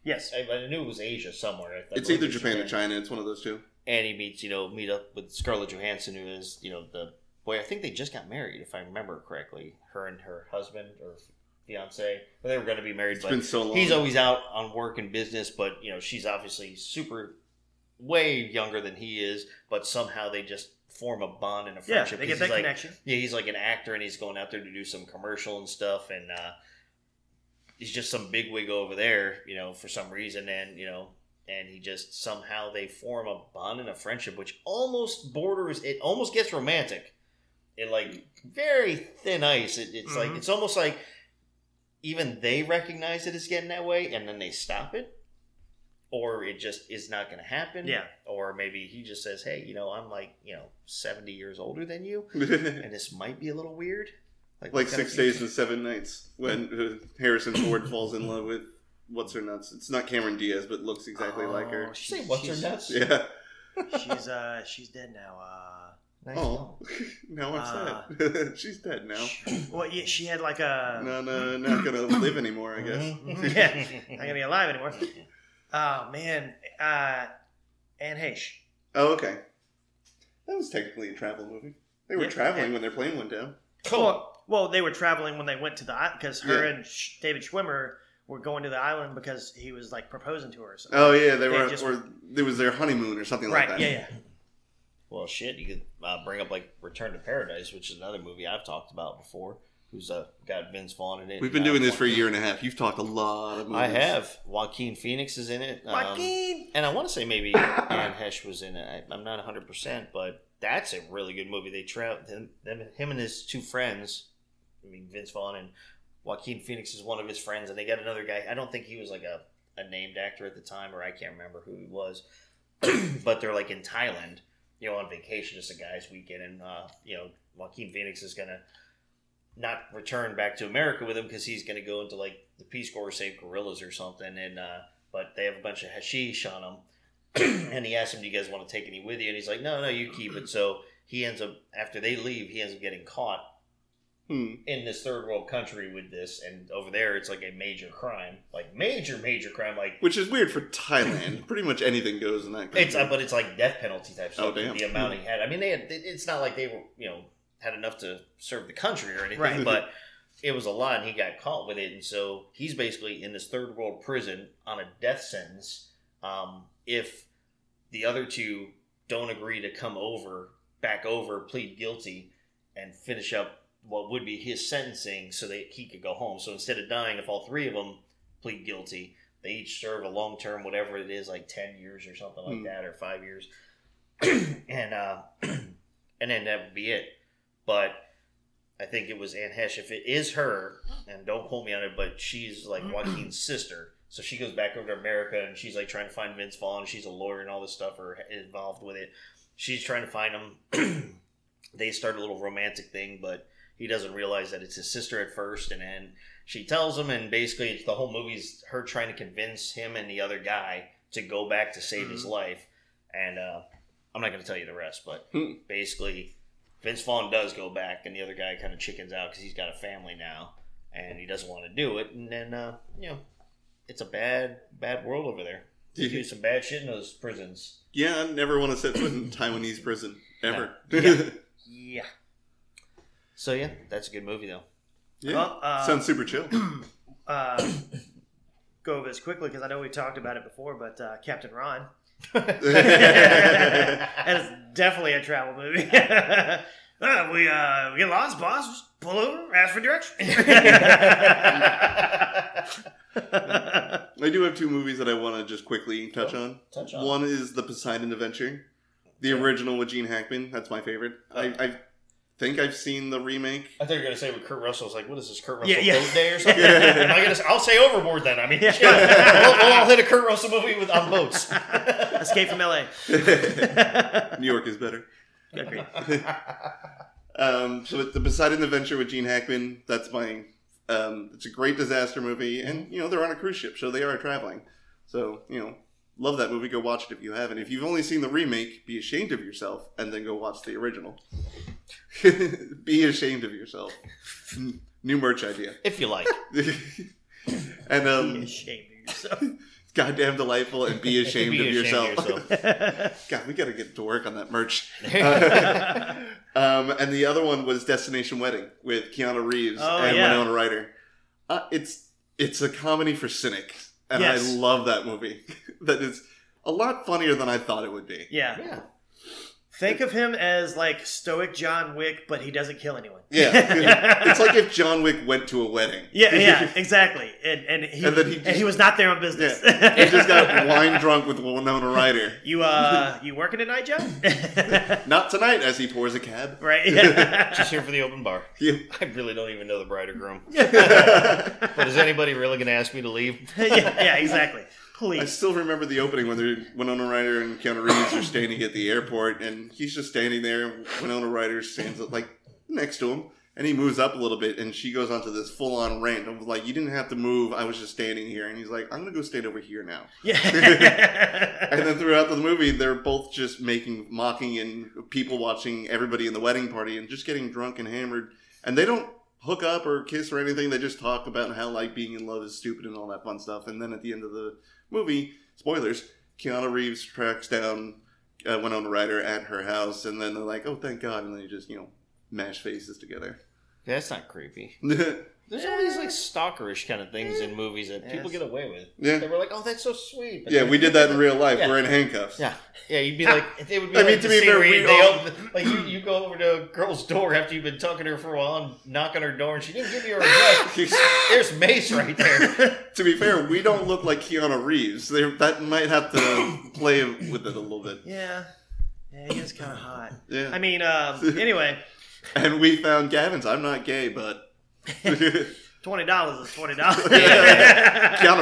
Yes. I, I knew it was Asia somewhere. I- I it's believe either it was Japan or China. It's one of those two. And he meets, you know, meet up with Scarlett Johansson, who is, you know, the boy. I think they just got married, if I remember correctly. Her and her husband or fiance. Well, they were going to be married, It's but been so long. he's always out on work and business, but you know she's obviously super way younger than he is. But somehow they just form a bond and a Yeah, friendship. they get 'cause that he's like, connection. yeah, he's like an actor, and he's going out there to do some commercial and stuff, and uh, he's just some bigwig over there, you know, for some reason, and you know. And he just somehow they form a bond and a friendship, which almost borders. It almost gets romantic. It like very thin ice. It, it's Mhm. like it's almost like even they recognize it is getting that way and then they stop it or it just is not going to happen Yeah. or maybe he just says hey you know i'm like you know 70 years older than you and this might be a little weird like what kind six of- days and seven nights when uh, Harrison Ford falls in love with what's her nuts. It's not Cameron Diaz, but looks exactly like her. Oh, Did you say what's her she's- nuts Yeah. She's uh she's dead now. Uh Nice Oh, now I'm Ah. sad. She's dead now. well, yeah, she had like a No, no, not gonna live anymore. I guess. Mhm. Yeah. not gonna be alive anymore. Mm-hmm. Oh man, uh, Anne Heche. Oh, okay. That was technically a travel movie. They were Yeah, traveling yeah. when their plane went down. cool Well, well, they were traveling when they went to the island because her Yeah. and Sh- David Schwimmer were going to the island because he was like proposing to her. Or something. Oh yeah, they They were. just- or it was their honeymoon or something right? like that. yeah, yeah. well shit you could uh, bring up like return to paradise which is another movie i've talked about before who's uh, got vince vaughn in it We've been Uh, doing this for a year and a half. You've talked a lot of movies. i have joaquin phoenix is in it um, Joaquin. and I want to say maybe Anne Hesh was in it. I, I'm not 100, percent but that's a really good movie. They travel them, them, him and his two friends. I mean, Vince Vaughn and Joaquin Phoenix is one of his friends, and they got another guy. I don't think he was like a, a named actor at the time, or I can't remember who he was. but they're like in Thailand, you know, on vacation, just a guy's weekend, and uh, you know, Joaquin Phoenix is gonna not return back to America with him because he's gonna go into like the Peace Corps, save gorillas or something, and uh, but they have a bunch of hashish on him. and he asks him, "Do you guys want to take any with you?" And he's like, "No, no, you keep it." So he ends up after they leave, he ends up getting caught Hmm. in this third world country with this, and over there, it's like a major crime, like major, major crime, like Which is weird for Thailand. Pretty much anything goes in that. Country. It's uh, but it's like death penalty type stuff. Oh, damn. The amount he had. I mean, they had. it- It's not like they were you know had enough to serve the country or anything, Right. but it was a lot, and he got caught with it, and so he's basically in this third world prison on a death sentence. Um, if the other two don't agree to come over, back over, plead guilty, and finish up what would be his sentencing, so that he could go home. So instead of dying, if all three of them plead guilty, they each serve a long term, whatever it is, like ten years or something like Hmm. that, or five years, and uh, and then that would be it. But I think it was Anne Hesh. If it is her, and don't quote me on it, but she's like Joaquin's sister. So she goes back over to America and she's like trying to find Vince Vaughn. She's a lawyer and all this stuff are involved with it. She's trying to find him. they start a little romantic thing, but he doesn't realize that it's his sister at first. And then she tells him, and basically, it's the whole movie's her trying to convince him and the other guy to go back to save his life. And uh, I'm not going to tell you the rest, but Hmm. basically, Vince Vaughn does go back, and the other guy kind of chickens out because he's got a family now, and he doesn't want to do it. And then, uh, you know, it's a bad, bad world over there. They do some bad shit in those prisons. Yeah, I never want to set foot in Taiwanese prison ever. Yeah. Yeah. So yeah, that's a good movie though. Yeah. Well, uh, Sounds super chill. uh, go over this quickly because I know we talked about it before, but uh, Captain Ron. that is definitely a travel movie. Uh, we uh, we get lost, boss. Just pull over, ask for directions. I do have two movies that I want to just quickly touch on. Touch on. One is The Poseidon Adventure, the original with Gene Hackman. That's my favorite. I, I think I've seen the remake. I thought you were gonna say with Kurt Russell's like, what is this Kurt Russell Yeah, yeah. Boat Day or something? Yeah. Am I gonna, say- I'll say overboard then. I mean, Yeah. shit. we'll, we'll all hit a Kurt Russell movie with on boats. Escape from L.A. New York is better. Agreed. Um, so with the Poseidon Adventure with Gene Hackman, that's my. Um, it's a great disaster movie, and you know they're on a cruise ship, so they are traveling. So you know, love that movie. Go watch it if you haven't. If you've only seen the remake, be ashamed of yourself, and then go watch the original. be ashamed of yourself. New merch idea. if you like. and Be um, ashamed goddamn delightful, and be ashamed, Be of, yourself. yourself. of yourself. God, we gotta get to work on that merch. Um, and the other one was Destination Wedding with Keanu Reeves Oh, and yeah. Winona Ryder. Uh, it's it's a comedy for cynics, and Yes. I love that movie. that is a lot funnier than I thought it would be. yeah. yeah. Think of him as like stoic John Wick, but he doesn't kill anyone. Yeah, it's like if John Wick went to a wedding. yeah, yeah, exactly. And and he And and, then he just- he was not there on business. He just got wine drunk with Winona Ryder. You uh, you working tonight, Joe? Not tonight, as he pours a cab. right? Yeah. Just here for the open bar. Yeah. I really don't even know the bride or groom. But is anybody really gonna ask me to leave? yeah, yeah, exactly. I Please. still remember the opening when they're, Winona Ryder and Keanu Reeves are standing at the airport, and he's just standing there. and Winona Ryder stands up, like next to him, and he moves up a little bit, and she goes onto this full on rant of like, "You didn't have to move. I was just standing here." And he's like, "I'm gonna go stand over here now." Yeah. And then throughout the movie, they're both just making mocking and people watching everybody in the wedding party and just getting drunk and hammered, and they don't hook up or kiss or anything. They just talk about how like being in love is stupid and all that fun stuff. And then at the end of the movie, spoilers, Keanu Reeves tracks down uh, Winona Ryder at her house, and then they're like, "Oh, thank God!" And they just you know mash faces together. That's not creepy. yeah, There's all these like stalkerish kind of things in movies that Yes. people get away with. They were like, "Oh, that's so sweet." but yeah, then- we did that in real life. Yeah. We're in handcuffs. Yeah, yeah. You'd be like, it would be. I like mean, the to be scene fair, where we you, they all- open- like you, you go over to a girl's door after you've been talking to her for a while and knock on her door, and she didn't give you her address. There's Mace right there. To be fair, we don't look like Keanu Reeves. They, that might have to play with it a little bit. yeah. Yeah, he is kind of hot. Yeah. I mean, um, anyway, and we found Gavin's. I'm not gay, but Keanu twenty dollars is twenty dollars.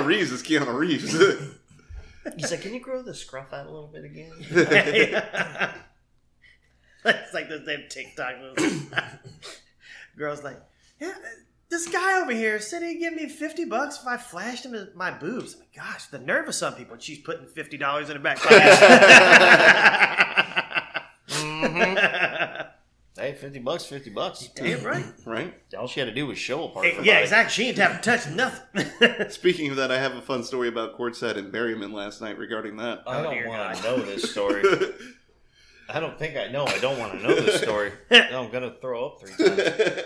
Reeves is Keanu Reeves. He's like, "Can you grow the scruff out a little bit again?" it's like this damn TikTok movie. Girl's like, yeah, this guy over here said he'd give me 50 bucks if I flashed him his- my boobs. I'm like, gosh, the nerve of some people. And she's putting $50 in her back pocket. Mm-hmm. Hey, fifty bucks, fifty bucks. damn right. right? All she had to do was show apart. Hey, yeah, exactly. She ain't have to touch nothing. Speaking of that, I have a fun story about Courtside and Berryman last night regarding that. I Oh, don't dear want God. to know this story. I don't think I know. I don't want to know this story. I'm gonna throw up three times.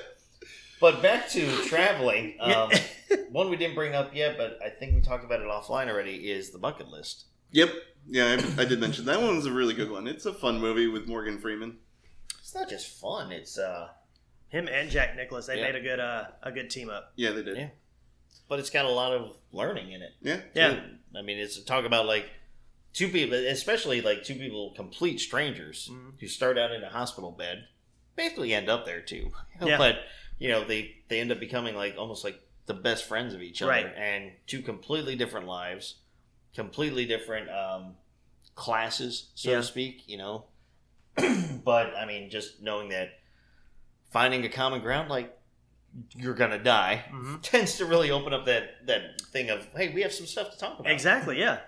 But back to traveling. Um, one we didn't bring up yet, but I think we talked about it offline already. Is the bucket list? yep. Yeah, I, I did mention that one was a really good one. It's a fun movie with Morgan Freeman. It's not just fun. It's uh, Him and Jack Nicholas, they Yeah. made a good uh, a good team up. Yeah, they did. Yeah. but it's got a lot of learning in it. Yeah. Yeah. I mean, it's talk about like two people, especially like two people, complete strangers Mhm. who start out in a hospital bed, basically end up there too. Yeah. But you know, they they end up becoming like almost like the best friends of each other, Right. and two completely different lives, completely different um, classes, so Yeah. to speak. You know, but I mean, just knowing that finding a common ground, like you're gonna die Mhm. tends to really open up that that thing of hey, we have some stuff to talk about. Exactly, yeah.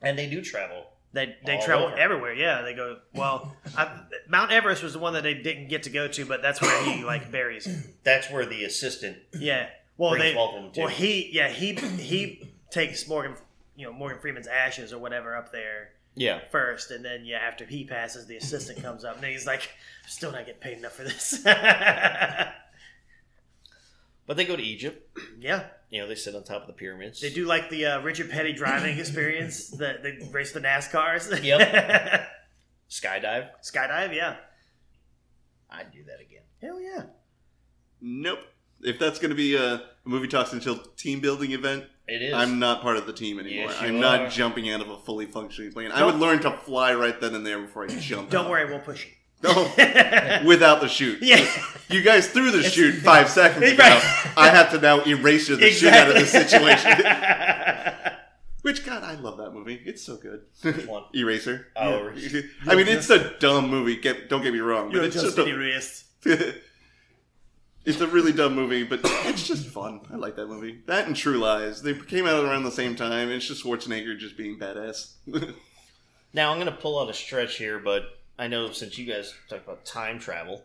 And they do travel. They they All travel over. everywhere. Yeah, they go. Well, I, Mount Everest was the one that they didn't get to go to, but that's where he like buries. him. That's where the assistant Yeah. Well, brings they. welcome to. Well, he yeah he he takes Morgan you know Morgan Freeman's ashes or whatever up there Yeah. first, and then yeah, after he passes, the assistant comes up and he's like, I'm "Still not getting paid enough for this." But they go to Egypt. yeah, You know, they sit on top of the pyramids. they do like the uh, Richard Petty driving experience. that they race the NASCARs. Yep. Skydive. Skydive, yeah. I'd do that again. Hell yeah. Nope. If that's going to be a movie talks and chill team building event, It is. I'm not part of the team anymore. Yes, you I'm are. not jumping out of a fully functioning plane. I would learn to fly right then and there before I jump. Don't out. worry, we'll push you. No, without the shoot. yeah. You guys threw the It's- shoot five seconds ago. Right. I have to now erase you the shit out of this situation. situation. Which God, I love that movie. It's so good. one? Eraser. Oh, I mean, it's a dumb movie. Get, don't get me wrong, but You're it's just just the a, wrist. it's a really dumb movie, but it's just fun. I like that movie. That and True Lies. They came out around the same time. And it's just Schwarzenegger just being badass. Now I'm going to pull out a stretch here, but I know since you guys talked about time travel,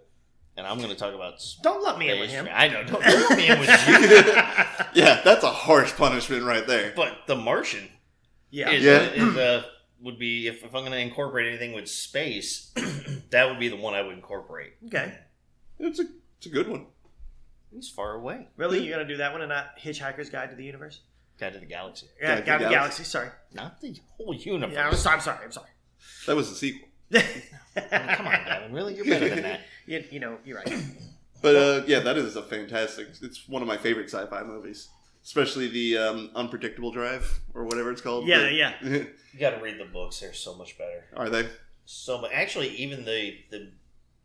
and I'm going to talk about space. Don't let me in with him. tra- I know. Don't put me in with you. yeah, that's a harsh punishment right there. But The Martian yeah. is, Yeah. is uh, would be if, if I'm going to incorporate anything with space, that would be the one I would incorporate. Okay. It's a it's a good one. He's far away. Really? You're going to do that one and not Hitchhiker's Guide to the Universe? Guide to the Galaxy, Yeah, Guide to Guide to the the Galaxy. Sorry. not the whole universe. Yeah, I'm sorry. I'm sorry. I'm sorry. That was a sequel. I mean, come on, Gavin. Really, you're better than that. you, you know, you're right. But uh, yeah, that is a fantastic. It's one of my favorite sci-fi movies, especially the um, Unpredictable Drive or whatever it's called. Yeah, yeah. yeah. You got to read the books. They're so much better. Are they? So mu- actually, even the the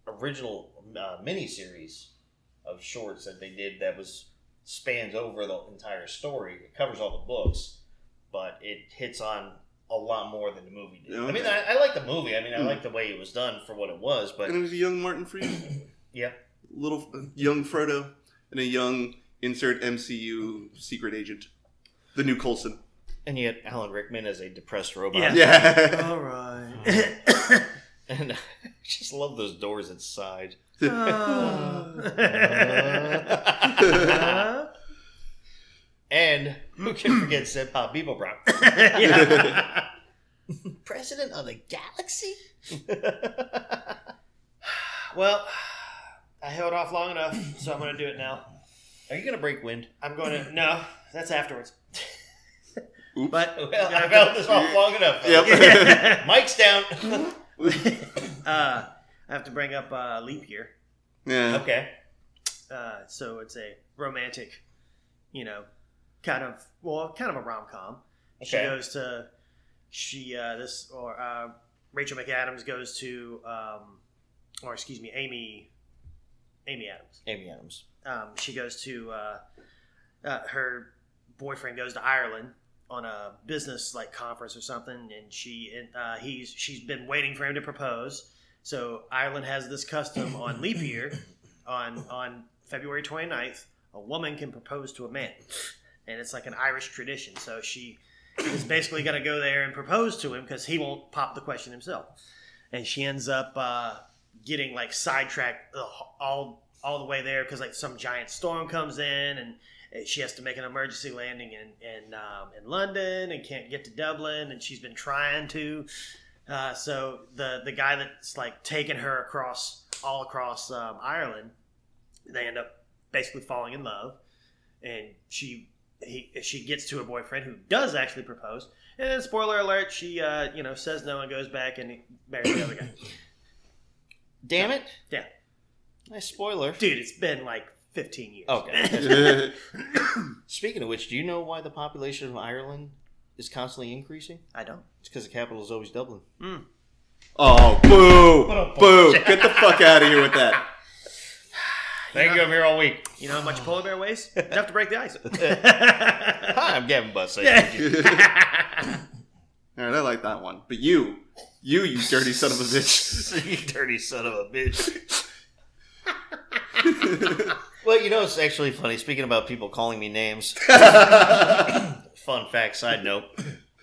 original uh, miniseries of shorts that they did that was spans over the entire story. It covers all the books, but it hits on a lot more than the movie did. I mean, Okay. I, I like the movie. I mean, I Mm. like the way it was done for what it was. But And it was a young Martin Freeman, yeah, little uh, young Frodo, and a young insert MCU secret agent, the new Coulson. and yet Alan Rickman as a depressed robot. Yeah. Yeah. All right. and I just love those doors inside. Oh. Uh. and who can forget Zip Hop Beeblebrock? yeah. President of the galaxy? Well, I held off long enough, so I'm going to do it now. Are you gonna break wind? I'm going to. No, that's afterwards. Oops. But Well, I've held this off long enough. Yep. Mike's down. uh, I have to bring up uh, leap year. yeah. okay. Uh, so it's a romantic, you know, kind of well, kind of a rom com. She Okay. goes to she uh, this or uh, Rachel McAdams goes to um, or excuse me, Amy Amy Adams. Amy Adams. Um, she goes to uh, uh, her boyfriend goes to Ireland on a business like conference or something, and she and uh, he's she's been waiting for him to propose. So Ireland has this custom on leap year on on February 29th, a woman can propose to a man, and it's like an Irish tradition. So she is basically going to go there and propose to him because he won't pop the question himself, and she ends up uh, getting like sidetracked the h- all all the way there because like some giant storm comes in and. eh, She has to make an emergency landing in in, um, in London and can't get to Dublin, and she's been trying to. Uh, so the the guy that's like taking her across all across um, Ireland they end up basically falling in love and she he she gets to her boyfriend who does actually propose and then spoiler alert she uh, you know says no and goes back and marries the other guy Damn it. Yeah. Nice spoiler. dude it's been like 15 years Okay. Yeah. Speaking of which, do you know why the population of Ireland is constantly increasing? i don't It's because the capital is always Dublin. oh, boo, boo! Get the fuck out of here with that. Thank you. I'm here all week. you know how much a polar bear weighs enough to break the ice Hi, I'm Gavin Bussey. All right, I like that one. But you, you, you dirty son of a bitch. you dirty son of a bitch. well, you know, it's actually funny. Speaking about people calling me names, fun fact, side note.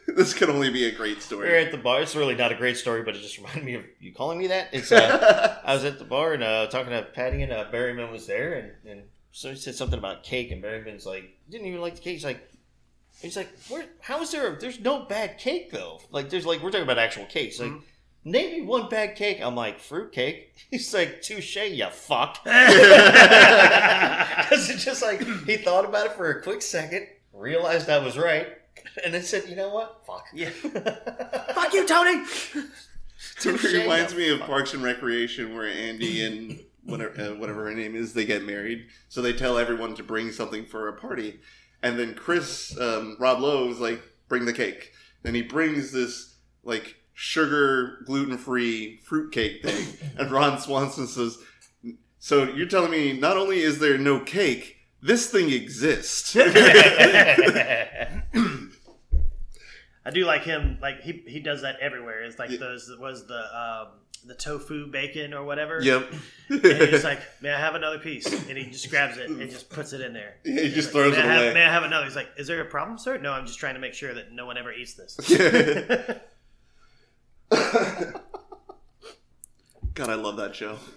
this could only be a great We were story. at the bar. It's really not a great story, but it just reminded me of you calling me that. It's uh, I was at the bar and uh, talking to Patty and uh, Berryman was there, and, and so he said something about cake, and Berryman's like, "Didn't even like the cake." He's like, He's like, where? How is there? There's no bad cake though. Like, there's like we're talking about actual cakes. Like, name me one bad cake. I'm like, fruit cake. He's like, touche, you fuck. Because it's just like he thought about it for a quick second, realized I was right, and then said, you know what? Fuck. Yeah. Fuck you, Tony. It Touche, reminds you me of fuck. Parks and Recreation where Andy and whatever, uh, whatever her name is, they get married. So they tell everyone to bring something for a party. And then Chris, um, Rob Lowe, is like, bring the cake. Then he brings this, like, sugar, gluten free fruit cake thing. and Ron Swanson says, So you're telling me not only is there no cake, this thing exists. I do like him. Like he he does that everywhere. It's like Yeah. those was the um, the tofu bacon or whatever. yep. And he's like, "May I have another piece?" And he just grabs it and just puts it in there. Yeah, he just He's like, throws may it I have- away. May I have another? He's like, "Is there a problem, sir?" No, I'm just trying to make sure that no one ever eats this. God, I love that show.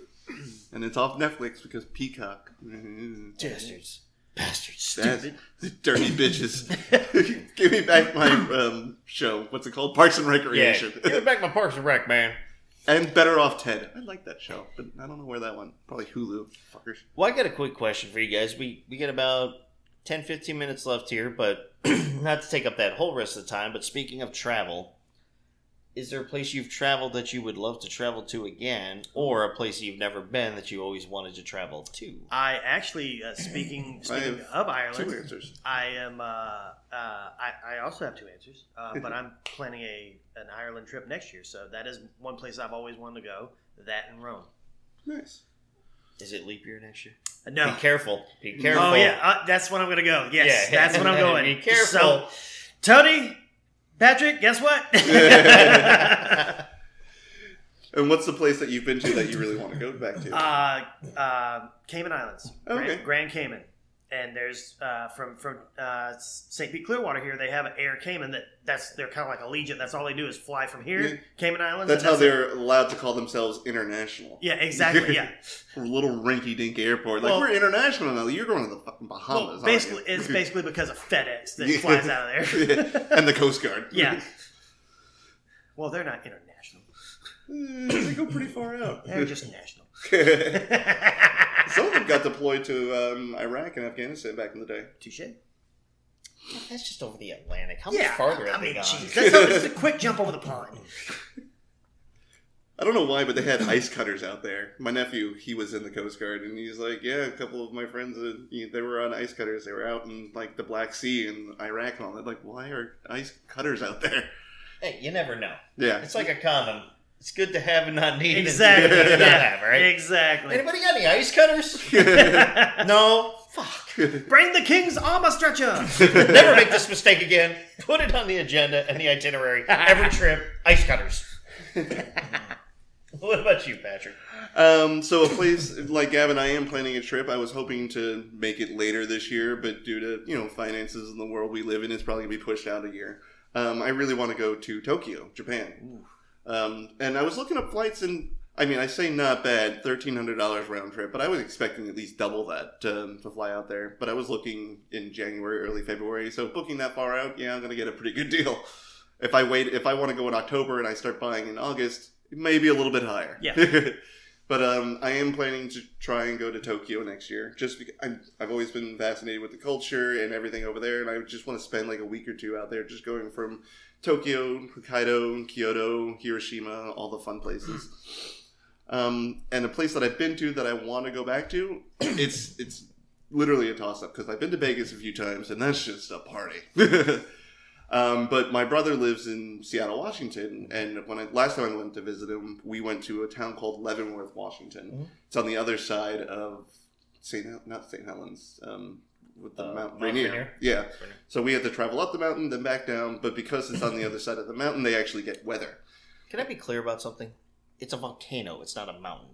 And it's off Netflix because Peacock. Mm-hmm. bastards, bastards. That's- Stupid. dirty bitches. Give me back my um, show. What's it called? Parks and Yeah, Recreation. give me back my Parks and Rec, man. and Better Off Ted. I like that show, but I don't know where that one. Probably Hulu. Fuckers. Well, I got a quick question for you guys. We we got about 10, 15 minutes left here, but not to take up that whole rest of the time. But speaking of travel, is there a place you've traveled that you would love to travel to again, or a place you've never been that you always wanted to travel to? I actually uh, speaking, I speaking have of Ireland, Two answers. I am. Uh, uh, I, I also have two answers, uh, but I'm planning a an Ireland trip next year. So that is one place I've always wanted to go. That and Rome. Nice. Is it leap year next year? No. Be careful. Be Uh, careful. Oh yeah, uh, that's when I'm gonna go. Yes, Yeah. that's when I'm going. Be careful. So, Tony, Patrick, guess what? And what's the place that you've been to that you really want to go back to? uh, uh, Cayman Islands, Grand, Okay. Grand Cayman, and there's uh, from from uh, St. Pete Clearwater here. They have an Air Cayman that that's they're kind of like a legion. That's all they do is fly from here, Yeah. Cayman Islands. That's and how it. they're allowed to call themselves international. Yeah, exactly. Yeah. little rinky dink airport. Like Well- we're international now. You're going to the fucking Well, Bahamas. basically, aren't it's basically because of FedEx that Yeah. flies out of you? there. and the Coast Guard. yeah. Well, they're not international. Eh, they go pretty far out. They're just national. Some of them got deployed to um, Iraq and Afghanistan back in the day. Touche. That's just over the Atlantic. How much farther have they gone? jeez, that's how- it's a quick jump over the pond. I don't know why, but they had ice cutters out there. My nephew, he was in the Coast Guard, and he's like, "Yeah, a couple of my friends, uh, you know, they were on ice cutters. They were out in like the Black Sea and Iraq and all that. Like, why are ice cutters out there? Hey, you never know. Yeah, It's like a condom. It's good to have and not need. It's Exactly. good to not yeah. have, right? Exactly. Anybody got any ice cutters? no. Fuck. Bring the king's armor stretcher. Never make this mistake again. Put it on the agenda and the itinerary. Every trip, ice cutters. what about you, Patrick? Um, so a place like Gavin, I am planning a trip. I was hoping to make it later this year, but due to you know finances and the world we live in, it's probably gonna be pushed out a year. Um, I really want to go to Tokyo, Japan. Um, and I was looking up flights, and I mean, I say not bad, thirteen hundred dollars round trip, but I was expecting at least double that um, to fly out there. But I was looking in January, early February, so booking that far out, yeah, I'm gonna get a pretty good deal. If I wait, if I want to go in October and I start buying in August, it may be a little bit higher. Yeah. But um, I am planning to try and go to Tokyo next year. Just because I'm, I've always been fascinated with the culture and everything over there, and I just want to spend like a week or two out there, just going from Tokyo, Hokkaido, Kyoto, Hiroshima, all the fun places. um, and a place that I've been to that I want to go back to, it's it's literally a toss up because I've been to Vegas a few times, and that's just a party. Um, but my brother lives in Seattle, Washington, and when I, last time I went to visit him, we went to a town called Leavenworth, Washington. Mhm. It's on the other side of St. Hel- not St. Helens, um, with the Uh, Mount Mount Rainier. Rainier? Yeah, Rainier. so we had to travel up the mountain, then back down. But because it's on the other side of the mountain, they actually get weather. Can I be clear about something? It's a volcano. It's not a mountain.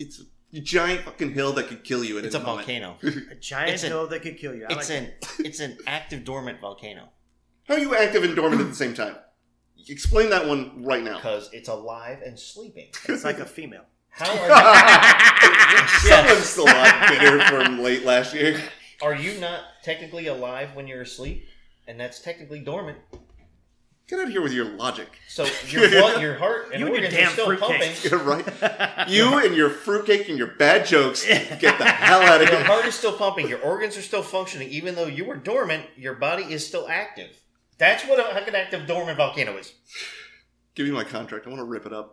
It's a giant fucking hill that could kill you. At It's any a moment. volcano. A giant It's a- hill that could kill you. I It's like an it's an active dormant volcano How are you active and dormant at the same time? Explain that one right now. because it's alive and sleeping. it's like a female. How are Someone's still a lot bitter from late last year. you, are you not technically alive when you're asleep? and that's technically dormant. Get out of here with your logic. So your blood, your heart, and You and your organs damn are still fruitcake. pumping. Yeah, right. You and your fruitcake and your bad jokes. Get the hell out of Your here. heart is still pumping. Your organs are still functioning, even though you were dormant. Your body is still active. That's what a- like an active dormant volcano is. Give me my contract. I want to rip it up.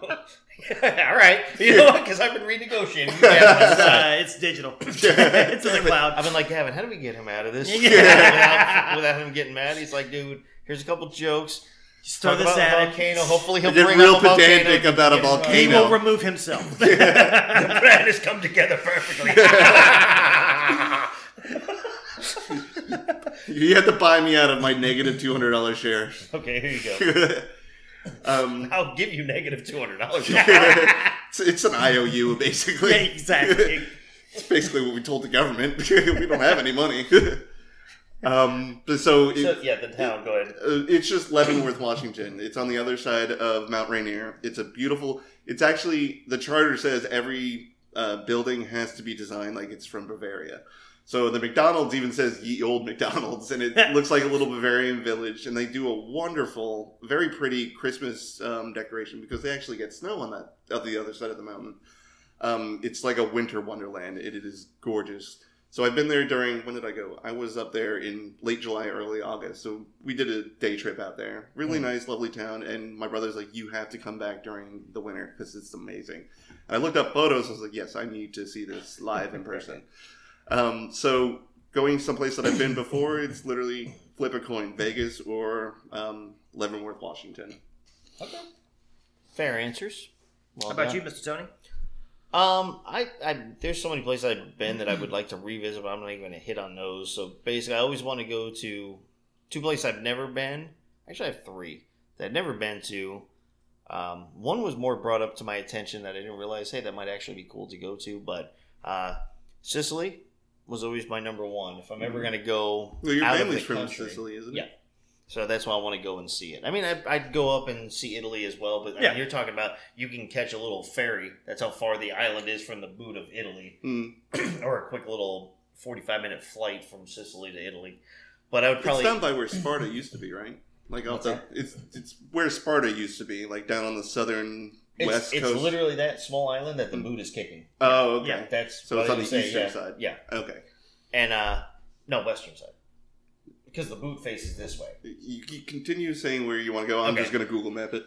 All right, you know what? Because I've been renegotiating. Yeah, It's, uh, it's digital. it's in the I've cloud. been like, Gavin, how do we get him out of this? Yeah. without, without him getting mad, he's like, dude, here's a couple jokes. Just throw Talk this about at a him. volcano. Hopefully, he'll I get bring real up a volcano. pedantic about a volcano. He will remove himself. The plan has come together perfectly. You had to buy me out of my negative two hundred dollars share. okay, here you go. um, I'll give you negative two hundred dollars. it's, it's an IOU Yeah, basically. exactly. it's basically what we told the government. we don't have any money. um, but so, it- So, yeah, the town. Go ahead. uh, it's just Leavenworth, Washington. It's on the other side of Mount Rainier. It's a beautiful. It's actually the charter says every uh, building has to be designed like it's from Bavaria. So the McDonald's even says "Ye Old McDonald's," and it looks like a little Bavarian village. And they do a wonderful, very pretty Christmas um, decoration because they actually get snow on that on the other side of the mountain. Um, it's like a winter wonderland. It, it is gorgeous. So I've been there during when did I go? I was up there in late July, early August. So we did a day trip out there. Really Mm. nice, lovely town. And my brother's like, "You have to come back during the winter because it's amazing." And I looked up photos. I was like, "Yes, I need to see this live in person." um, so going someplace that I've been before, it's literally flip a coin: Vegas or um, Leavenworth, Washington. Okay. Fair answers. Well How about done. you, Mr. Tony? Um, I, I there's so many places I've been that I would like to revisit, but I'm not even going to hit on those. So basically, I always want to go to two places I've never been. Actually, I have three that I've never been to. Um, one was more brought up to my attention that I didn't realize. Hey, that might actually be cool to go to. But uh, Sicily was always my number one. If I'm ever going to go Mm-hmm. Well, your out family's of the from country, Sicily, isn't Yeah. it? so that's why I want to go and see it. I mean, I, I'd go up and see Italy as well, but I mean, Yeah. you're talking about you can catch a little ferry. That's how far the island is from the boot of Italy, Mm. or a quick little 45 minute flight from Sicily to Italy. But I would It's probably down by where Sparta used to be, right? Like What's off the, it's it's where Sparta used to be, like down on the southern it's, west it's coast. literally that small island that the boot is kicking. oh, okay. Yeah. That's So what it's I on would the say, eastern yeah, side. Yeah, Okay. and uh, no western side because the boot faces this way. You, you continue saying where you want to go. I'm Okay. just going to Google map it.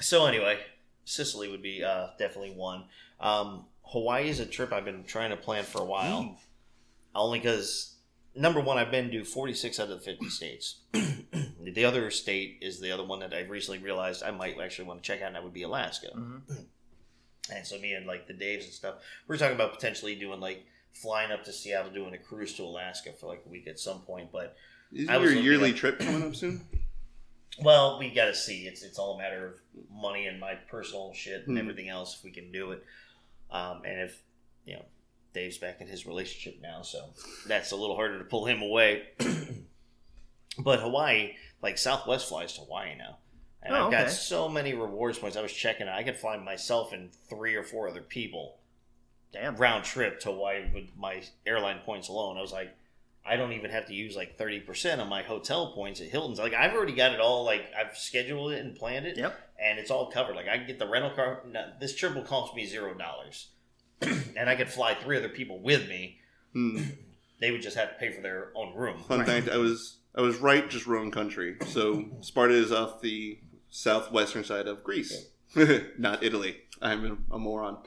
so anyway, Sicily would be uh, definitely one. Um, Hawaii is a trip I've been trying to plan for a while, only because number one, I've been to 46 out of the 50 states. the other state is the other one that I recently realized I might actually want to check out, and that would be Alaska. Mm-hmm. And so me and like the Daves and stuff, we we're talking about potentially doing like flying up to Seattle, doing a cruise to Alaska for like a week at some point, but Isn't I was your looking yearly up- trip coming up soon? Well, we got to see. It's it's all a matter of money and my personal shit and Hmm. everything else. If we can do it, um, and if you know, Dave's back in his relationship now, so that's a little harder to pull him away. but Hawaii, like Southwest flies to Hawaii now, and Oh, I've got okay. so many rewards points. I was checking; I could fly myself and three or four other people Damn. round trip to Hawaii with my airline points alone. I was like, I don't even have to use like thirty percent of my hotel points at Hilton's. Like I've already got it all. Like I've scheduled it and planned it, Yep. and it's all covered. Like I can get the rental car. no, this trip will cost me zero dollars, and I could fly three other people with me. Hmm. They would just have to pay for their own room. Fun fact: I was I was right, just wrong country. So Sparta is off the southwestern side of Greece, not Italy. I'm a moron,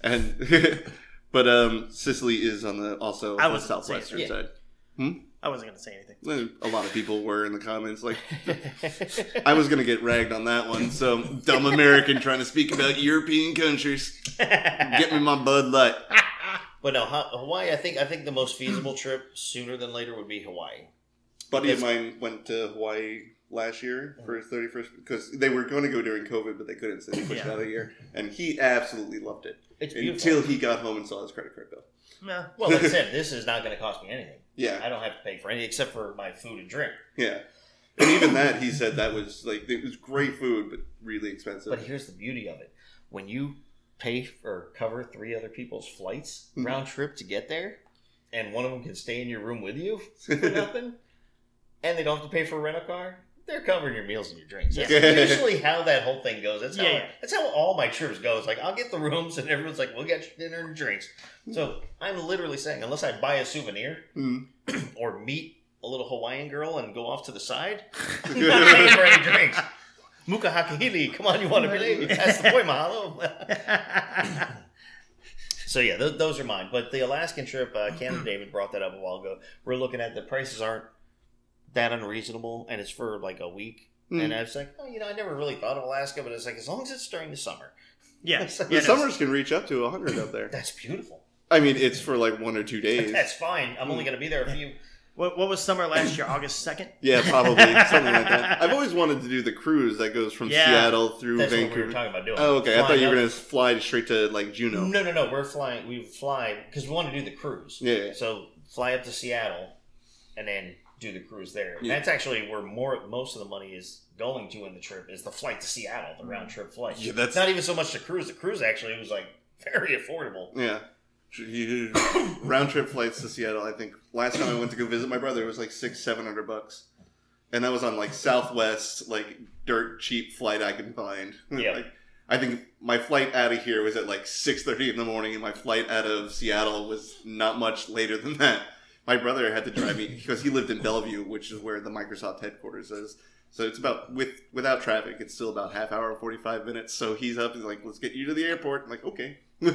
and but um, Sicily is on the also I on the wasn't saying- southwestern yeah. side. I wasn't going to say anything. Well, A lot of people were in the comments like, I was gonna get ragged on that one. So dumb American trying to speak about European countries. Get me my Bud Light. but no, Ha- Hawaii. I think I think the most feasible trip sooner than later would be Hawaii. buddy of mine went to Hawaii last year for his 31st because they were going to go during COVID, but they couldn't, so they pushed Yeah. it out a year. And he absolutely loved it It's beautiful. until he got home and saw his credit card bill. Nah. well, like I said, this is not going to cost me anything. Yeah, I don't have to pay for any except for my food and drink. yeah. And even that, he said that was like it was great food, but really expensive. But here's the beauty of it: when you pay for- or cover three other people's flights Mhm. round trip to get there, and one of them can stay in your room with you for nothing, and they don't have to pay for a rental car. They're covering your meals and your drinks. That's Yeah. usually how that whole thing goes. That's how Yeah. that's how all my trips go. It's like I'll get the rooms and everyone's like, "We'll get you dinner and drinks." So I'm literally saying, unless I buy a souvenir Hmm. or meet a little Hawaiian girl and go off to the side, I'm not paying for any drinks. Muka Hakahili, come on, you want to be That's the point, Mahalo. So yeah, th- those are mine. But the Alaskan trip, uh, Cam and David brought that up a while ago. We're looking at the prices aren't that unreasonable, and it's for like a week. Hmm. And I was like, oh, you know, I never really thought of Alaska, but it's like as long as it's during the summer, yeah. It's like, The summers can reach up to 100 up there. that's beautiful. I mean, it's for like one or two days. That's fine. I'm only going to be there a few. What, what was summer last year? August 2nd? Yeah, probably something like that. I've always wanted to do the cruise that goes from Yeah. Seattle through That's what we Vancouver. were talking about doing. oh, okay. I thought Flying you were up- gonna fly straight to like Juneau. No, no, no. We're flying. We fly because we want to do the cruise. Yeah. So fly up to Seattle, and then do the cruise there. Yeah. That's actually where more most of the money is going to in the trip is the flight to Seattle, the round trip flight. Yeah, that's- not even so much the cruise. The cruise actually was like very affordable. Yeah. You- Round trip flights to Seattle. I think last time I went to go visit my brother, it was like six, seven hundred bucks, and that was on like Southwest, like dirt cheap flight I could find. Yeah. like, I think my flight out of here was at like six thirty in the morning, and my flight out of Seattle was not much later than that. My brother had to drive me because he lived in Bellevue, which is where the Microsoft headquarters is. So it's about with without traffic, it's still about half hour, forty five minutes. So he's up, he's like, "Let's get you to the airport." I'm like, "Okay."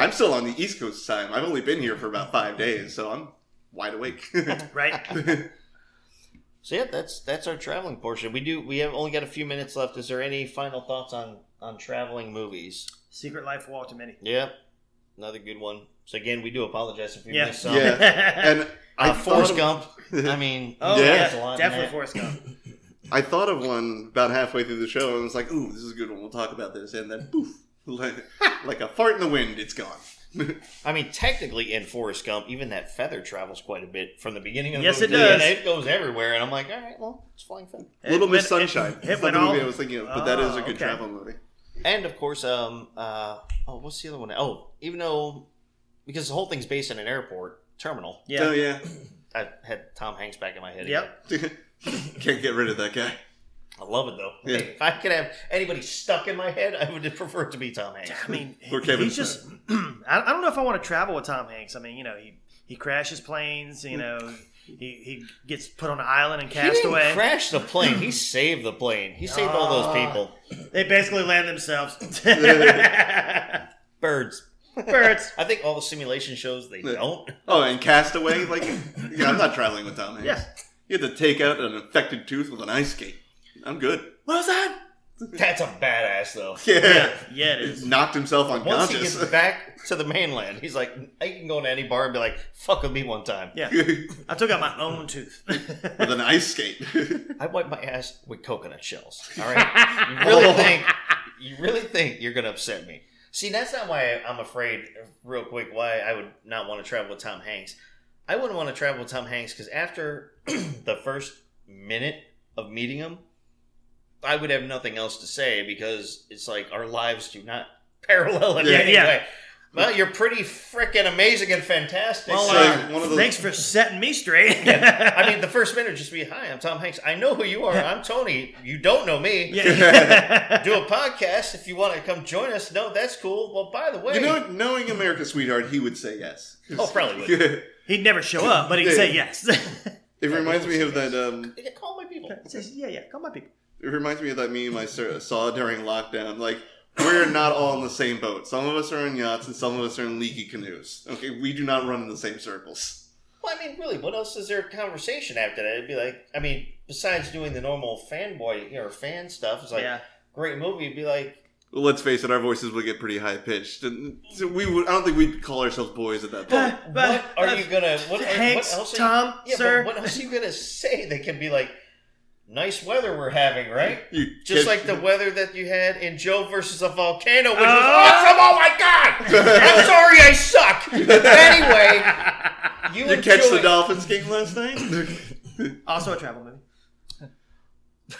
I'm still on the East Coast time. I've only been here for about five days, so I'm wide awake. Right? So yeah, that's that's our traveling portion. We do we have only got a few minutes left. Is there any final thoughts on on traveling movies? Secret Life of Walter Mitty. Yep, another good one. So again, we do apologize if we Yeah. missed some. Yeah. and I Uh, Forrest thought Gump. I mean, oh, Yeah. there's a yeah. lot in Definitely that. Forrest Gump. of, I thought of one about halfway through the show, and I was like, "Ooh, this is a good one. We'll talk about this." And then, poof, like, like a fart in the wind, it's gone. I mean, technically, in Forrest Gump, even that feather travels quite a bit from the beginning of the Yes, movie. it to the end. does. It goes everywhere, and I'm like, all right, well, it's flying feather. It Little Miss went- it- Sunshine. it That's went the movie all- I was thinking of, but that is a Oh, good okay. travel movie. And of course, um, uh, oh, what's the other one? Oh, even though because the whole thing's based in an airport terminal, Yeah. Oh yeah, I had Tom Hanks back in my head. Yep. again. can't get rid of that guy. I love it though. Yeah. If I could have anybody stuck in my head, I would prefer it to be Tom Hanks. I mean, Or Kevin he's just. I, I don't know if I want to travel with Tom Hanks. I mean, you know, he he crashes planes. You know, he he gets put on an island and He cast didn't away. crash the plane. He saved the plane. He saved all those Ah. people. they basically land themselves. Birds. Birds. I think all the simulation shows they Yeah. don't. Oh, and Castaway. Like, yeah, I'm not traveling with Tom Hanks. Yeah. You have to take out an infected tooth with an ice skate. I'm good. What was that? That's a badass though. Yeah, yeah, it is. knocked himself Once he unconscious. gets back to the mainland, he's like, I can go into any bar and be like, fuck with me one time. Yeah, With I took out my own tooth. an ice skate. I wipe my ass with coconut shells. All right. You really think you really think you're gonna upset me. See, that's not why I'm afraid real quick why I would not want to travel with Tom Hanks. I wouldn't want to travel with Tom Hanks because after the first minute of meeting him, I would have nothing else to say because it's like our lives do not parallel in Yeah, any yeah. way. Well, you're pretty freaking amazing and fantastic. Well, So- uh, one of those- Thanks for setting me straight. I mean, the first minute would just be, "Hi, I'm Tom Hanks. I know who you are. I'm Tony. You don't know me. yeah. Do a podcast if you want to come join us. No, that's cool. Well, by the way, you know, knowing America, sweetheart, he would say yes. Oh, probably would. He'd never show up, but he'd say yes. It reminds me of that. Yes. Um, Yeah, call my people. Says, yeah, yeah, call my people. it reminds me of that meme I ser- saw during lockdown. Like, we're not all in the same boat. Some of us are in yachts, and some of us are in leaky canoes. Okay, we do not run in the same circles. Well, I mean, really, what else is there a conversation after that? It'd be like, I mean, besides doing the normal fanboy or fan stuff, it's like yeah. great movie. It'd be like, Well, let's face it, our voices would get pretty high pitched, and so we would. I don't think we'd call ourselves boys at that point. But- what are but- you gonna? What, are, Hanks, what else? Are you, Tom, yeah, sir. but what else are you gonna say? They can be like, "Nice weather we're having, right?" You Just kid- like the weather that you had in Joe versus a volcano, which was Oh! awesome. Oh my god! I'm sorry, I suck. anyway, you, you catch the enjoy- Dolphins game last night. also a travel movie.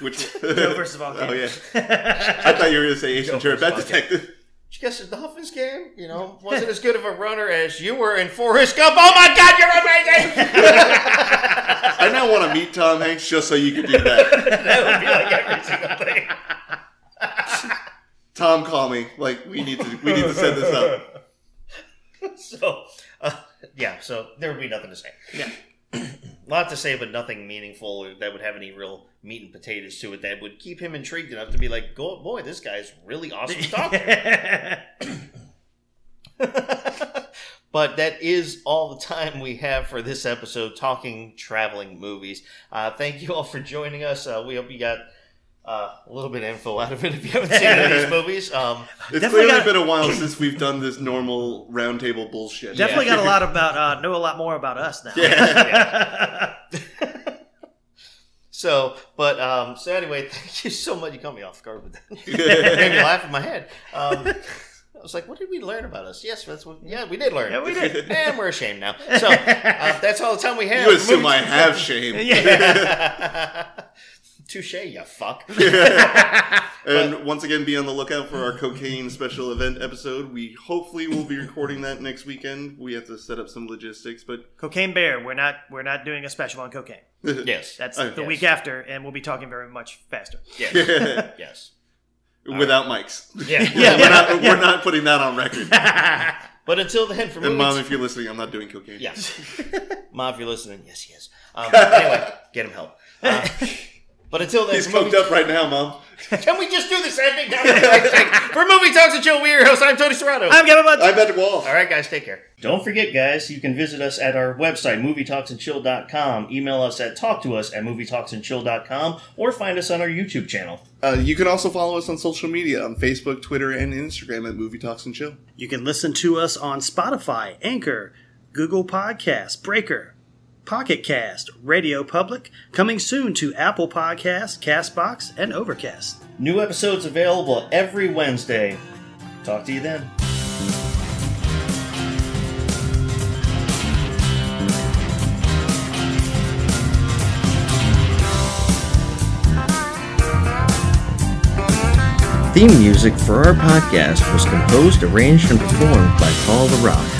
Which Joe versus Volcano. Oh yeah. yeah. I thought you were going to say Ace Joe Ventura: versus Pet Detective. Did you guess the Dolphins game? You know, wasn't as good of a runner as you were in Forrest Gump. Oh my God, you're amazing! I now want to meet Tom Hanks just so you could do that. that would be like every single thing. Tom, call me. Like we need to we need to set this up. So, uh, yeah, so there would be nothing to say. Yeah. Lot to say, but nothing meaningful that would have any real meat and potatoes to it that would keep him intrigued enough to be like, "Go, boy, this guy's really awesome to talk to." but that is all the time we have for this episode talking traveling movies. Uh, thank you all for joining us. Uh, we hope you got uh, a little bit of info out of it if you haven't seen any of these movies. Um, It's Definitely clearly got- been a while since we've done this normal roundtable bullshit. Definitely got a lot about uh, know a lot more about us now. so, but um, so anyway, thank you so much. You caught me off guard with that. It yeah. made me laugh in my head. Um, I was like, "What did we learn about us?" Yes, that's what. Yeah, we did learn. Yeah, we did. and we're ashamed now. So uh, that's all the time we have. you assume I Moving- have shame. yeah. Touche, you fuck. And once again, be on the lookout for our cocaine special event episode. We hopefully will be recording that next weekend. We have to set up some logistics, but Cocaine Bear. We're not we're not doing a special on cocaine. Yes, That's Oh, the yes. week after, and we'll be talking very much faster. yes, yes. without mics. Yeah, Yeah, yeah. we're, not, yeah. we're not putting that on record. But until then, for And mom, movies, if you're listening, I'm not doing cocaine. yes, mom, if you're listening, yes, he is. Um, anyway, get him help. Uh, but until then, He's for coked movie, up right now, mom. can we just do this ending? now? for movie talks and chill, we're your host. I'm Tony Serrano. I'm Gavin Uh, Bunch. I'm at the wall. All right, guys, take care. Don't forget, guys, you can visit us at our website, movietalksandchill.com. Email us at talktous at movietalksandchill.com or find us on our YouTube channel. Uh, you can also follow us on social media on Facebook, Twitter, and Instagram at Movie Talks and Chill. You can listen to us on Spotify, Anchor, Google Podcasts, Breaker, Pocket Cast, Radio Public, coming soon to Apple Podcasts, Castbox, and Overcast. New episodes available every Wednesday. Talk to you then. Theme music for our podcast was composed, arranged, and performed by Paul the Rock.